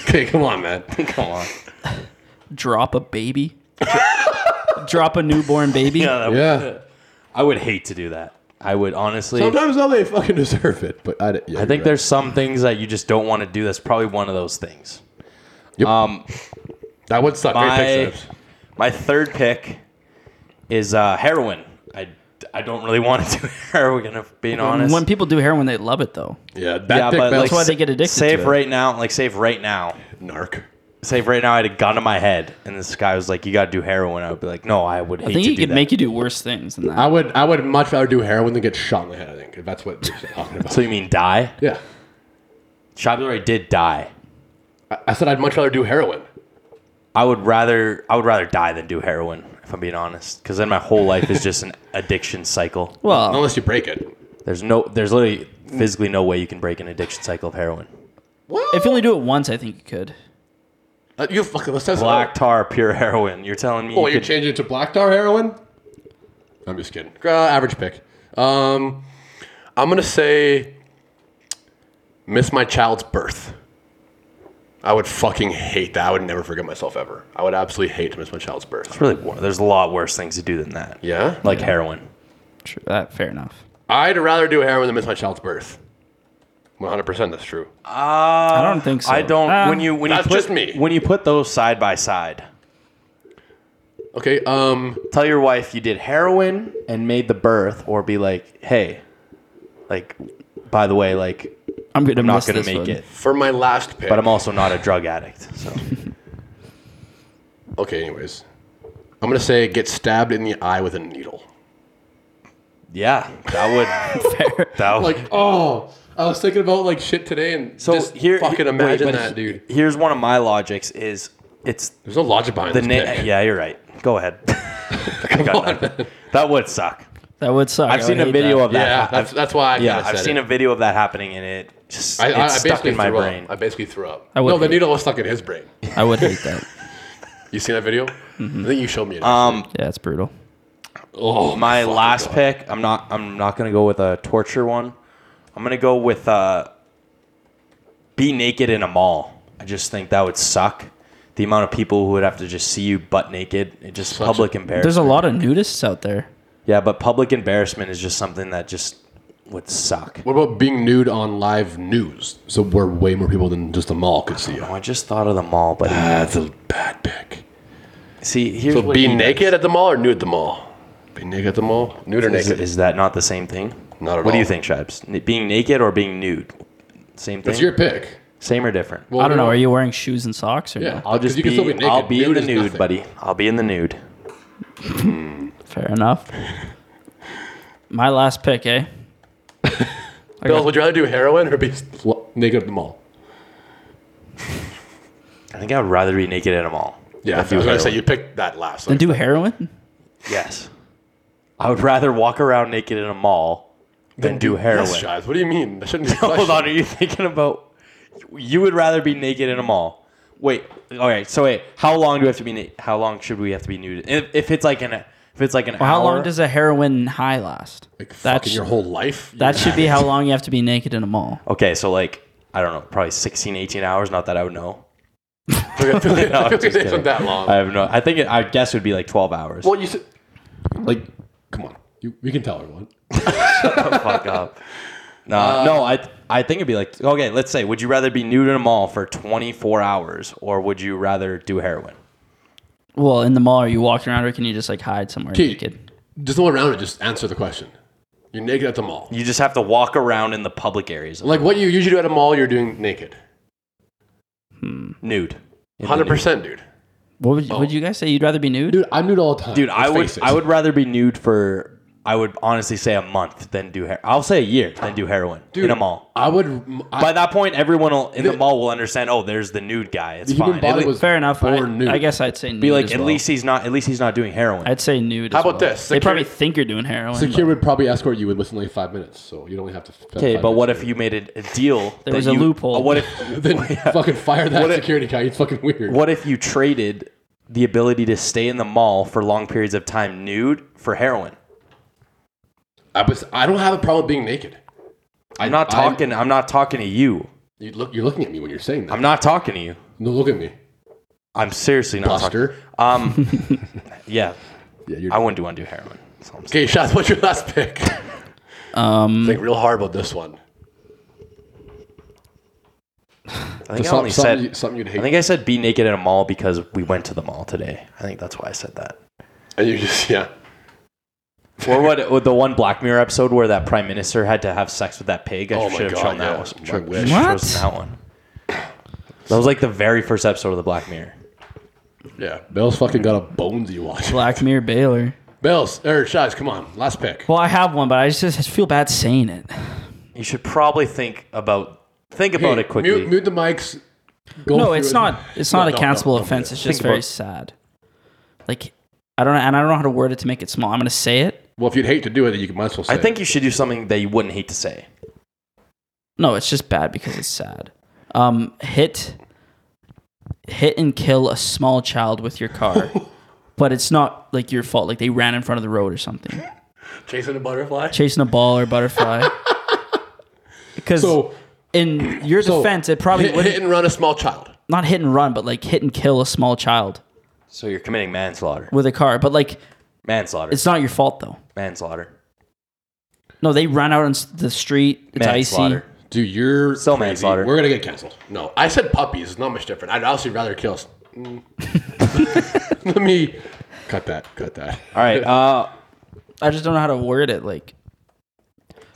[SPEAKER 1] Okay, come on, man.
[SPEAKER 3] Come on.
[SPEAKER 2] drop a baby. drop a newborn baby.
[SPEAKER 3] Yeah, that
[SPEAKER 1] Yeah.
[SPEAKER 3] I would hate to do that. I would honestly.
[SPEAKER 1] Sometimes though they fucking deserve it, but I, yeah,
[SPEAKER 3] I think there's some things that you just don't want to do. That's probably one of those things.
[SPEAKER 1] that would suck. Great
[SPEAKER 3] um, My,
[SPEAKER 1] pictures.
[SPEAKER 3] my third pick is uh, heroin. I, I don't really want to do heroin, if being honest.
[SPEAKER 2] When people do heroin, they love it though.
[SPEAKER 1] Yeah, that
[SPEAKER 3] yeah,
[SPEAKER 1] pic
[SPEAKER 3] but like,
[SPEAKER 1] Bale's
[SPEAKER 2] why they get addicted
[SPEAKER 3] Save
[SPEAKER 2] to it.
[SPEAKER 3] right now, like save right now,
[SPEAKER 1] narc.
[SPEAKER 3] save right now. I had a gun to my head, and this guy was like, "You gotta do heroin." I would be like, "No, I would hate
[SPEAKER 2] I think
[SPEAKER 3] to
[SPEAKER 2] you
[SPEAKER 3] do
[SPEAKER 2] could
[SPEAKER 3] that."
[SPEAKER 2] make you do worse things than that.
[SPEAKER 1] I would I would much rather do heroin than get shot in the head. I think if that's what you're talking about.
[SPEAKER 3] so you mean die?
[SPEAKER 1] yeah,
[SPEAKER 3] Shopler did die.
[SPEAKER 1] I, I said I'd much rather do heroin.
[SPEAKER 3] I would rather I would rather die than do heroin, if I'm being honest, because then my whole life is just an addiction cycle.
[SPEAKER 2] well,
[SPEAKER 1] Unless you break it.
[SPEAKER 3] There's no, there's literally physically no way you can break an addiction cycle of heroin.
[SPEAKER 2] if you only do it once, I think you could.
[SPEAKER 1] Uh, you fucking let's test it
[SPEAKER 3] Black
[SPEAKER 1] out.
[SPEAKER 3] tar, pure heroin. You're telling me
[SPEAKER 1] Oh,
[SPEAKER 3] you
[SPEAKER 1] you're
[SPEAKER 3] could
[SPEAKER 1] changing it to black tar heroin? I'm just kidding. Uh, average pick. Um, I'm gonna say miss my child's birth. I would fucking hate that. I would never forget myself ever. I would absolutely hate to miss my child's birth.
[SPEAKER 3] It's really war. There's a lot worse things to do than that.
[SPEAKER 1] Yeah.
[SPEAKER 3] Like heroin.
[SPEAKER 2] True, that uh, fair enough.
[SPEAKER 1] I'd rather do heroin than miss my child's birth. 100% that's true.
[SPEAKER 2] I don't think so.
[SPEAKER 3] I don't.
[SPEAKER 2] Ah.
[SPEAKER 3] when you when you
[SPEAKER 1] That's
[SPEAKER 3] put,
[SPEAKER 1] just me.
[SPEAKER 3] when you put those side by side,
[SPEAKER 1] Okay, um
[SPEAKER 3] tell your wife you did heroin and made the birth, or be like, hey, like, by the way, like,
[SPEAKER 2] I'm gonna
[SPEAKER 3] I'm not
[SPEAKER 2] miss
[SPEAKER 3] gonna
[SPEAKER 2] this
[SPEAKER 3] make
[SPEAKER 2] one.
[SPEAKER 3] it,
[SPEAKER 1] for my last pick.
[SPEAKER 3] but I'm also not a drug addict. So
[SPEAKER 1] okay, anyways. I'm going to say get stabbed in the eye with a needle.
[SPEAKER 3] yeah, that would that would.
[SPEAKER 1] Like, oh, I was thinking about like shit today and
[SPEAKER 3] so
[SPEAKER 1] just
[SPEAKER 3] here,
[SPEAKER 1] fucking
[SPEAKER 3] wait,
[SPEAKER 1] imagine
[SPEAKER 3] but
[SPEAKER 1] that,
[SPEAKER 3] he-
[SPEAKER 1] dude.
[SPEAKER 3] Here's one of my logics: is it's
[SPEAKER 1] There's no logic behind
[SPEAKER 3] the
[SPEAKER 1] this
[SPEAKER 3] na-
[SPEAKER 1] pick.
[SPEAKER 3] yeah, you're right. Go ahead. I got
[SPEAKER 1] on,
[SPEAKER 3] nothing. that would suck.
[SPEAKER 2] That would suck.
[SPEAKER 3] I've
[SPEAKER 2] I
[SPEAKER 3] seen
[SPEAKER 2] would
[SPEAKER 3] a
[SPEAKER 2] hate
[SPEAKER 3] video
[SPEAKER 2] that.
[SPEAKER 3] of that.
[SPEAKER 1] Yeah, that's, that's why I
[SPEAKER 3] yeah,
[SPEAKER 1] kinda
[SPEAKER 3] I've
[SPEAKER 1] said
[SPEAKER 3] seen
[SPEAKER 1] it.
[SPEAKER 3] a video of that happening, and it just
[SPEAKER 1] I,
[SPEAKER 3] it's
[SPEAKER 1] I, I
[SPEAKER 3] stuck
[SPEAKER 1] basically
[SPEAKER 3] in my
[SPEAKER 1] threw
[SPEAKER 3] brain.
[SPEAKER 1] Up. I basically threw up.
[SPEAKER 2] I would
[SPEAKER 1] no, the
[SPEAKER 2] hate
[SPEAKER 1] needle was stuck in his brain.
[SPEAKER 2] I would hate that.
[SPEAKER 1] You seen that video?
[SPEAKER 3] Mm-hmm.
[SPEAKER 1] I think you showed me it.
[SPEAKER 2] Yeah, it's brutal.
[SPEAKER 1] oh,
[SPEAKER 3] Um, My
[SPEAKER 1] fucking
[SPEAKER 3] last
[SPEAKER 1] God.
[SPEAKER 3] pick. I'm not. I'm not gonna go with a torture one. I'm gonna go with uh, be naked in a mall. I just think that would suck. The amount of people who would have to just see you butt naked. It just
[SPEAKER 1] Such
[SPEAKER 3] public
[SPEAKER 2] There's
[SPEAKER 3] embarrassment.
[SPEAKER 2] a lot of nudists out there.
[SPEAKER 3] yeah, but public embarrassment is just something that just would suck.
[SPEAKER 1] What about being nude on live news? So where way more people than just the mall could see you.
[SPEAKER 3] Oh, I just thought of the mall, but
[SPEAKER 1] Ah, That's a bad pick.
[SPEAKER 3] see, here's
[SPEAKER 1] So
[SPEAKER 3] what
[SPEAKER 1] be
[SPEAKER 3] he does.
[SPEAKER 1] naked at the mall or nude at the mall? Be naked at the mall? Nude or
[SPEAKER 3] Is,
[SPEAKER 1] naked?
[SPEAKER 3] is that not the same thing?
[SPEAKER 1] Not at
[SPEAKER 3] What do
[SPEAKER 1] all.
[SPEAKER 3] you think, Shibes? N- Being naked or being nude? Same thing.
[SPEAKER 1] That's your pick.
[SPEAKER 3] Same or different?
[SPEAKER 1] Well,
[SPEAKER 2] I don't know.
[SPEAKER 1] no.
[SPEAKER 2] Are you wearing shoes and socks or
[SPEAKER 1] Yeah.
[SPEAKER 2] no?
[SPEAKER 3] I'll just
[SPEAKER 1] you
[SPEAKER 3] be,
[SPEAKER 1] can still be naked.
[SPEAKER 3] I'll be
[SPEAKER 1] Nude
[SPEAKER 3] in
[SPEAKER 1] is
[SPEAKER 3] the nude,
[SPEAKER 1] nothing.
[SPEAKER 3] buddy. I'll be in the nude.
[SPEAKER 2] Fair enough. My last pick, eh? I
[SPEAKER 1] Bill,
[SPEAKER 2] got,
[SPEAKER 1] would you rather do heroin or be sl- naked at the mall?
[SPEAKER 3] I think I would rather be naked at a mall.
[SPEAKER 1] Yeah, I was
[SPEAKER 3] than do
[SPEAKER 1] going to say
[SPEAKER 3] heroin.
[SPEAKER 1] you picked that last.
[SPEAKER 2] then do heroin.
[SPEAKER 3] Yes. I would rather walk around naked in a mall than, do heroin.
[SPEAKER 1] Yes, guys. What do you mean? That shouldn't be a
[SPEAKER 3] Hold
[SPEAKER 1] question.
[SPEAKER 3] on, are you thinking about you would rather be naked in a mall? Wait, all right. So wait, how long do we have to be? Na- how long should we have to be nude? If, if it's like an if it's like an
[SPEAKER 2] How
[SPEAKER 3] hour,
[SPEAKER 2] long does a heroin high last?
[SPEAKER 1] Like fucking
[SPEAKER 2] That's-
[SPEAKER 1] your whole life.
[SPEAKER 2] That should be how long you have to be naked in a mall.
[SPEAKER 3] okay? So like I don't know, probably 16, 18 hours. Not that I would know. No, I'm just
[SPEAKER 1] It
[SPEAKER 3] kidding.
[SPEAKER 1] isn't that long.
[SPEAKER 3] I have no. I think it, I guess it would be like twelve hours.
[SPEAKER 1] well, you said, like, come on. You, we can tell everyone.
[SPEAKER 3] fuck up. No, no, I I think it'd be like okay. Let's say, would you rather be nude in a mall for 24 hours, or would you rather do heroin?
[SPEAKER 2] Well, in the mall, are you walking around or can you just like hide somewhere
[SPEAKER 1] Key.
[SPEAKER 2] naked?
[SPEAKER 1] Just go around and just answer the question. You're naked at the mall.
[SPEAKER 3] You just have to walk around in the public areas,
[SPEAKER 1] Like what you usually do at a mall, you're doing naked.
[SPEAKER 3] nude. In the
[SPEAKER 1] Hundred
[SPEAKER 3] nude.
[SPEAKER 1] percent, dude.
[SPEAKER 2] What would, would you guys say? You'd rather be nude?
[SPEAKER 1] Dude, I'm Oh. nude all the time.
[SPEAKER 3] dude. I
[SPEAKER 1] Let's
[SPEAKER 3] would
[SPEAKER 1] face it.
[SPEAKER 3] I would rather be nude for I would honestly say a month than do hair. I'll say a year than do heroin
[SPEAKER 1] Dude,
[SPEAKER 3] in a mall.
[SPEAKER 1] I would. I,
[SPEAKER 3] By that point, everyone will, in the,
[SPEAKER 1] The-
[SPEAKER 3] mall will understand. Oh, there's the nude guy. It's
[SPEAKER 1] the human
[SPEAKER 3] fine. At
[SPEAKER 1] body
[SPEAKER 3] le-
[SPEAKER 1] was
[SPEAKER 2] Fair enough. I,
[SPEAKER 1] born nude.
[SPEAKER 2] I guess I'd say nude.
[SPEAKER 3] be like
[SPEAKER 2] as
[SPEAKER 3] at
[SPEAKER 2] well.
[SPEAKER 3] least he's not at least he's not doing heroin.
[SPEAKER 2] I'd say nude.
[SPEAKER 1] How
[SPEAKER 2] as
[SPEAKER 1] about
[SPEAKER 2] well.
[SPEAKER 1] this?
[SPEAKER 2] They probably
[SPEAKER 1] Security-
[SPEAKER 2] think you're doing heroin. but
[SPEAKER 1] Secure would probably escort you within like five minutes, so you don't have to.
[SPEAKER 3] okay, but what if you made a, a deal? that
[SPEAKER 2] was a
[SPEAKER 3] you- uh,
[SPEAKER 2] loophole.
[SPEAKER 3] What if
[SPEAKER 1] Then fucking fire that
[SPEAKER 3] What if-
[SPEAKER 1] security guy. It's fucking weird.
[SPEAKER 3] What if you traded the ability to stay in the mall for long periods of time nude for heroin?
[SPEAKER 1] I was. I don't have a problem being naked.
[SPEAKER 3] I'm not talking. I'm, not talking to you.
[SPEAKER 1] you look, you're looking at me when you're saying that.
[SPEAKER 3] I'm not talking to you.
[SPEAKER 1] no, look at me,
[SPEAKER 3] I'm seriously not
[SPEAKER 1] Buster.
[SPEAKER 3] talking. Um, yeah,
[SPEAKER 1] Yeah, you're.
[SPEAKER 3] I wouldn't do undo heroin. That's all I'm saying.
[SPEAKER 1] okay, shots. What's your last pick?
[SPEAKER 2] Um,
[SPEAKER 1] Think real hard about this one.
[SPEAKER 3] I think I
[SPEAKER 1] Some-
[SPEAKER 3] only
[SPEAKER 1] something, you-
[SPEAKER 3] said.
[SPEAKER 1] something you'd hate,
[SPEAKER 3] I think I said be naked in a mall because we went to the mall today. I think that's why I said that.
[SPEAKER 1] and you just yeah.
[SPEAKER 3] Or what? or the one Black Mirror episode where that prime minister had to have sex with that pig. I
[SPEAKER 1] Oh my
[SPEAKER 3] should have
[SPEAKER 1] God,
[SPEAKER 3] shown
[SPEAKER 1] yeah.
[SPEAKER 3] that one.
[SPEAKER 1] My
[SPEAKER 3] Should-
[SPEAKER 1] wish.
[SPEAKER 3] should have
[SPEAKER 2] What?
[SPEAKER 3] chosen that one. That was like the very first episode of the Black Mirror.
[SPEAKER 1] Yeah, Bell's fucking got a bonesy watch.
[SPEAKER 2] Black Mirror Baylor.
[SPEAKER 1] Bell's or shots. Come on, last pick.
[SPEAKER 2] Well, I have one, but I just, just feel bad saying it.
[SPEAKER 3] You should probably think about think about
[SPEAKER 1] Hey,
[SPEAKER 3] it quickly.
[SPEAKER 1] Mute, mute the mics. Go
[SPEAKER 2] No,
[SPEAKER 1] through
[SPEAKER 2] it's
[SPEAKER 1] it.
[SPEAKER 2] not. It's
[SPEAKER 1] No,
[SPEAKER 2] not a
[SPEAKER 1] don't- don't-
[SPEAKER 2] cancelable
[SPEAKER 1] don't
[SPEAKER 2] offense.
[SPEAKER 1] do it.
[SPEAKER 2] It's just
[SPEAKER 3] Think
[SPEAKER 2] very
[SPEAKER 3] about-
[SPEAKER 2] sad. Like I don't know, and I don't know how to word it to make it small. I'm gonna say it.
[SPEAKER 1] Well, if you'd hate to do it, then you might as well say.
[SPEAKER 3] I
[SPEAKER 1] it.
[SPEAKER 3] think you should do something that you wouldn't hate to say.
[SPEAKER 2] No, it's just bad because it's sad. Um, hit hit and kill a small child with your car, but it's not like your fault. Like they ran in front of the road or something,
[SPEAKER 1] Chasing a butterfly.
[SPEAKER 2] chasing a ball or butterfly. Because
[SPEAKER 1] So-
[SPEAKER 2] in your
[SPEAKER 1] So,
[SPEAKER 2] defense, it probably
[SPEAKER 1] hit,
[SPEAKER 2] wouldn't
[SPEAKER 1] hit and run a small child.
[SPEAKER 2] not hit and run, but like hit and kill a small child
[SPEAKER 3] So you're committing manslaughter.
[SPEAKER 2] with a car. But like
[SPEAKER 3] Manslaughter.
[SPEAKER 2] it's not your fault though.
[SPEAKER 3] manslaughter.
[SPEAKER 2] No, they ran out on s- the street. It's icy.
[SPEAKER 3] Manslaughter.
[SPEAKER 1] Dude, you're
[SPEAKER 3] Still
[SPEAKER 1] crazy.
[SPEAKER 3] manslaughter.
[SPEAKER 1] We're gonna get canceled. No, I said puppies. It's Not much different. I'd honestly rather kill. s- Mm. Let me cut that. Cut that.
[SPEAKER 3] All right. Uh,
[SPEAKER 2] I just don't know how to word it. Like,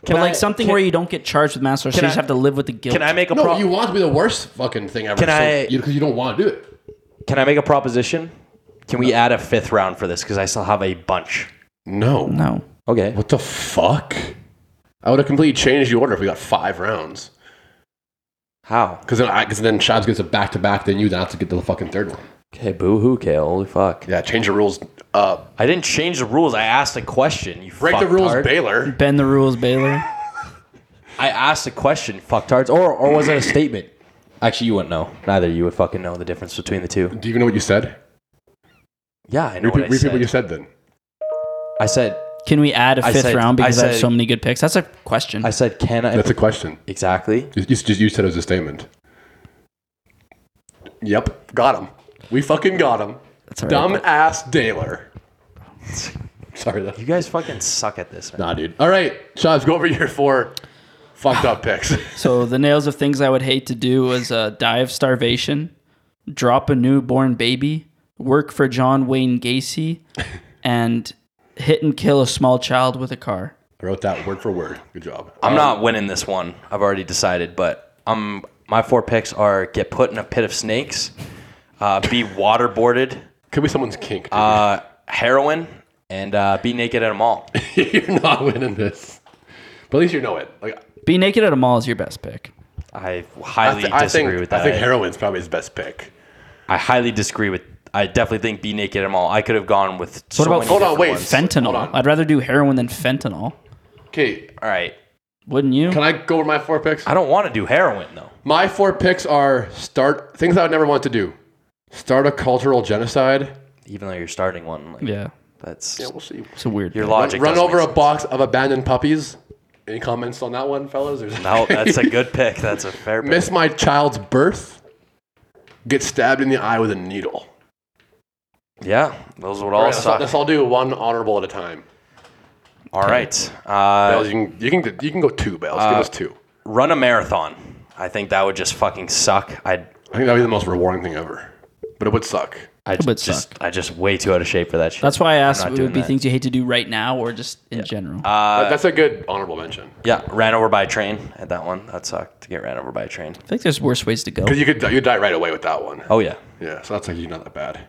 [SPEAKER 3] can
[SPEAKER 2] but
[SPEAKER 3] I-
[SPEAKER 2] like something
[SPEAKER 3] can-
[SPEAKER 2] where you don't get charged with manslaughter, so you
[SPEAKER 3] Can
[SPEAKER 2] just
[SPEAKER 3] I-
[SPEAKER 2] have to live with the guilt.
[SPEAKER 3] Can I make a
[SPEAKER 1] No,
[SPEAKER 3] pro-
[SPEAKER 1] you want to be the worst fucking thing ever.
[SPEAKER 3] Can
[SPEAKER 1] so-
[SPEAKER 3] I-
[SPEAKER 1] you- Because you don't want to do it.
[SPEAKER 3] Can I make a proposition? Can we add a fifth round for this? Because I still have a bunch.
[SPEAKER 1] No.
[SPEAKER 2] no.
[SPEAKER 3] Okay.
[SPEAKER 1] What the fuck? I would have completely changed the order if we got five rounds.
[SPEAKER 3] How?
[SPEAKER 1] Because then, I, cause then Shabs gets a back to back, then you then have to get to the fucking third one.
[SPEAKER 3] Okay. Boo hoo, Kale. Holy fuck.
[SPEAKER 1] Yeah, change the rules. Uh,
[SPEAKER 3] I didn't change the rules. I asked a question. You
[SPEAKER 1] break the rules,
[SPEAKER 3] fucktard.
[SPEAKER 1] Baylor.
[SPEAKER 2] Bend the rules, Baylor.
[SPEAKER 3] I asked a question, fucktards, or or was it a statement? Actually, you wouldn't know. Neither of you would fucking know the difference between the two.
[SPEAKER 1] Do you even know what you said?
[SPEAKER 3] Yeah, I know
[SPEAKER 1] Repeat,
[SPEAKER 3] what I
[SPEAKER 1] repeat
[SPEAKER 3] said.
[SPEAKER 1] what you said then.
[SPEAKER 3] I said,
[SPEAKER 2] Can we add a
[SPEAKER 3] I
[SPEAKER 2] fifth
[SPEAKER 3] said-
[SPEAKER 2] round
[SPEAKER 3] I
[SPEAKER 2] because I, have
[SPEAKER 3] said-
[SPEAKER 2] so many good picks? That's a question.
[SPEAKER 3] I said, can I?
[SPEAKER 1] That's a question.
[SPEAKER 3] exactly.
[SPEAKER 1] You, you, you said it was a statement. Yep, got him. We fucking got him.
[SPEAKER 2] That's all right.
[SPEAKER 1] Dumb ass Daler. Sorry, that.
[SPEAKER 3] You guys fucking suck at this. Man.
[SPEAKER 1] Nah, dude. All right, Shabs, go over your four fucked up picks.
[SPEAKER 2] So the nails of things I would hate to do was uh, die of starvation, drop a newborn baby, work for John Wayne Gacy, and hit and kill a small child with a car.
[SPEAKER 1] I wrote that word for word. Good job.
[SPEAKER 3] I'm not winning this one. I've already decided, but I'm my four picks are get put in a pit of snakes, uh, be waterboarded,
[SPEAKER 1] Could be someone's kink. dude.
[SPEAKER 3] uh, heroin, and uh, be naked at a mall.
[SPEAKER 1] you're not winning this. But at least you know it. Like
[SPEAKER 2] Be naked at a mall is your best pick.
[SPEAKER 3] I
[SPEAKER 1] I,
[SPEAKER 3] highly
[SPEAKER 1] thi- I
[SPEAKER 3] disagree
[SPEAKER 1] think
[SPEAKER 3] with that.
[SPEAKER 1] I think heroin's probably his best pick.
[SPEAKER 3] I highly disagree with. I definitely think be naked at a mall. I could have gone with. What so
[SPEAKER 2] about-
[SPEAKER 3] many
[SPEAKER 1] Hold on,
[SPEAKER 3] different
[SPEAKER 1] wait.
[SPEAKER 3] ones.
[SPEAKER 1] Hold
[SPEAKER 2] Fentanyl.
[SPEAKER 1] on.
[SPEAKER 2] I'd rather do heroin than fentanyl.
[SPEAKER 1] Okay,
[SPEAKER 3] All right.
[SPEAKER 2] Wouldn't you?
[SPEAKER 1] can I go over my four picks?
[SPEAKER 3] I don't want to do heroin though.
[SPEAKER 1] My four picks are start things I would never want to do. Start a cultural genocide.
[SPEAKER 3] Even though you're starting one, like,
[SPEAKER 2] yeah.
[SPEAKER 3] that's
[SPEAKER 1] We'll see.
[SPEAKER 2] It's a weird.
[SPEAKER 3] your
[SPEAKER 2] pick.
[SPEAKER 3] logic.
[SPEAKER 1] Run
[SPEAKER 3] doesn't
[SPEAKER 1] over
[SPEAKER 3] make
[SPEAKER 1] a
[SPEAKER 3] sense.
[SPEAKER 1] box of abandoned puppies. Any comments on that one, fellas? There's-
[SPEAKER 3] No, that's a good pick. That's a fair pick.
[SPEAKER 1] Miss my child's birth. Get stabbed in the eye with a needle.
[SPEAKER 3] Yeah, those would
[SPEAKER 1] All
[SPEAKER 3] all
[SPEAKER 1] right, let's, all,
[SPEAKER 3] suck.
[SPEAKER 1] let's all do one honorable at a time.
[SPEAKER 3] all right.
[SPEAKER 1] Bells,
[SPEAKER 3] Uh,
[SPEAKER 1] you can you can you can go two bells.
[SPEAKER 2] Uh,
[SPEAKER 1] Give us two.
[SPEAKER 3] run a marathon. I think that would just fucking suck. I'd,
[SPEAKER 1] I think that'd be the most rewarding thing ever, but it would suck.
[SPEAKER 3] I'd
[SPEAKER 2] would
[SPEAKER 3] just,
[SPEAKER 2] suck.
[SPEAKER 3] I just way too out of shape for that shit.
[SPEAKER 2] That's why I asked.
[SPEAKER 3] not
[SPEAKER 2] It
[SPEAKER 3] doing
[SPEAKER 2] would be
[SPEAKER 3] that.
[SPEAKER 2] things you hate to do right now or just in general.
[SPEAKER 1] But that's a good honorable mention
[SPEAKER 3] yeah, ran over by a train at that one. That sucked to get ran over by a train.
[SPEAKER 2] I think there's worse ways to go.
[SPEAKER 1] because you could you die right away with that one.
[SPEAKER 3] Oh yeah,
[SPEAKER 1] Yeah, so that's like you're not that bad.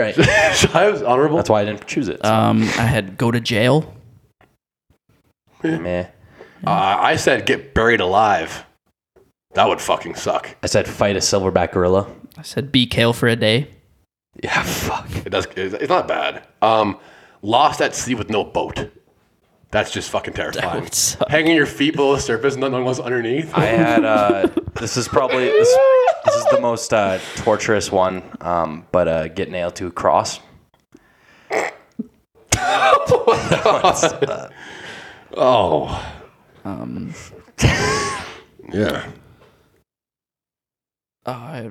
[SPEAKER 3] right.
[SPEAKER 1] so I was honorable.
[SPEAKER 3] That's why I didn't choose it.
[SPEAKER 2] Um, I had go to jail.
[SPEAKER 3] Meh.
[SPEAKER 1] Uh, I said get buried alive. That would fucking suck.
[SPEAKER 3] I said fight a silverback gorilla.
[SPEAKER 2] I said be kale for a day.
[SPEAKER 3] Yeah, fuck.
[SPEAKER 1] It does. It's it's not bad. Um, lost at sea with no boat. That's just fucking terrifying.
[SPEAKER 2] would suck.
[SPEAKER 1] Hanging your feet below the surface, and nothing was underneath.
[SPEAKER 3] I had uh, this is probably this, this is the most uh, torturous one, um, but uh, get nailed to a cross.
[SPEAKER 1] oh.
[SPEAKER 2] Um.
[SPEAKER 1] yeah.
[SPEAKER 2] Uh, I-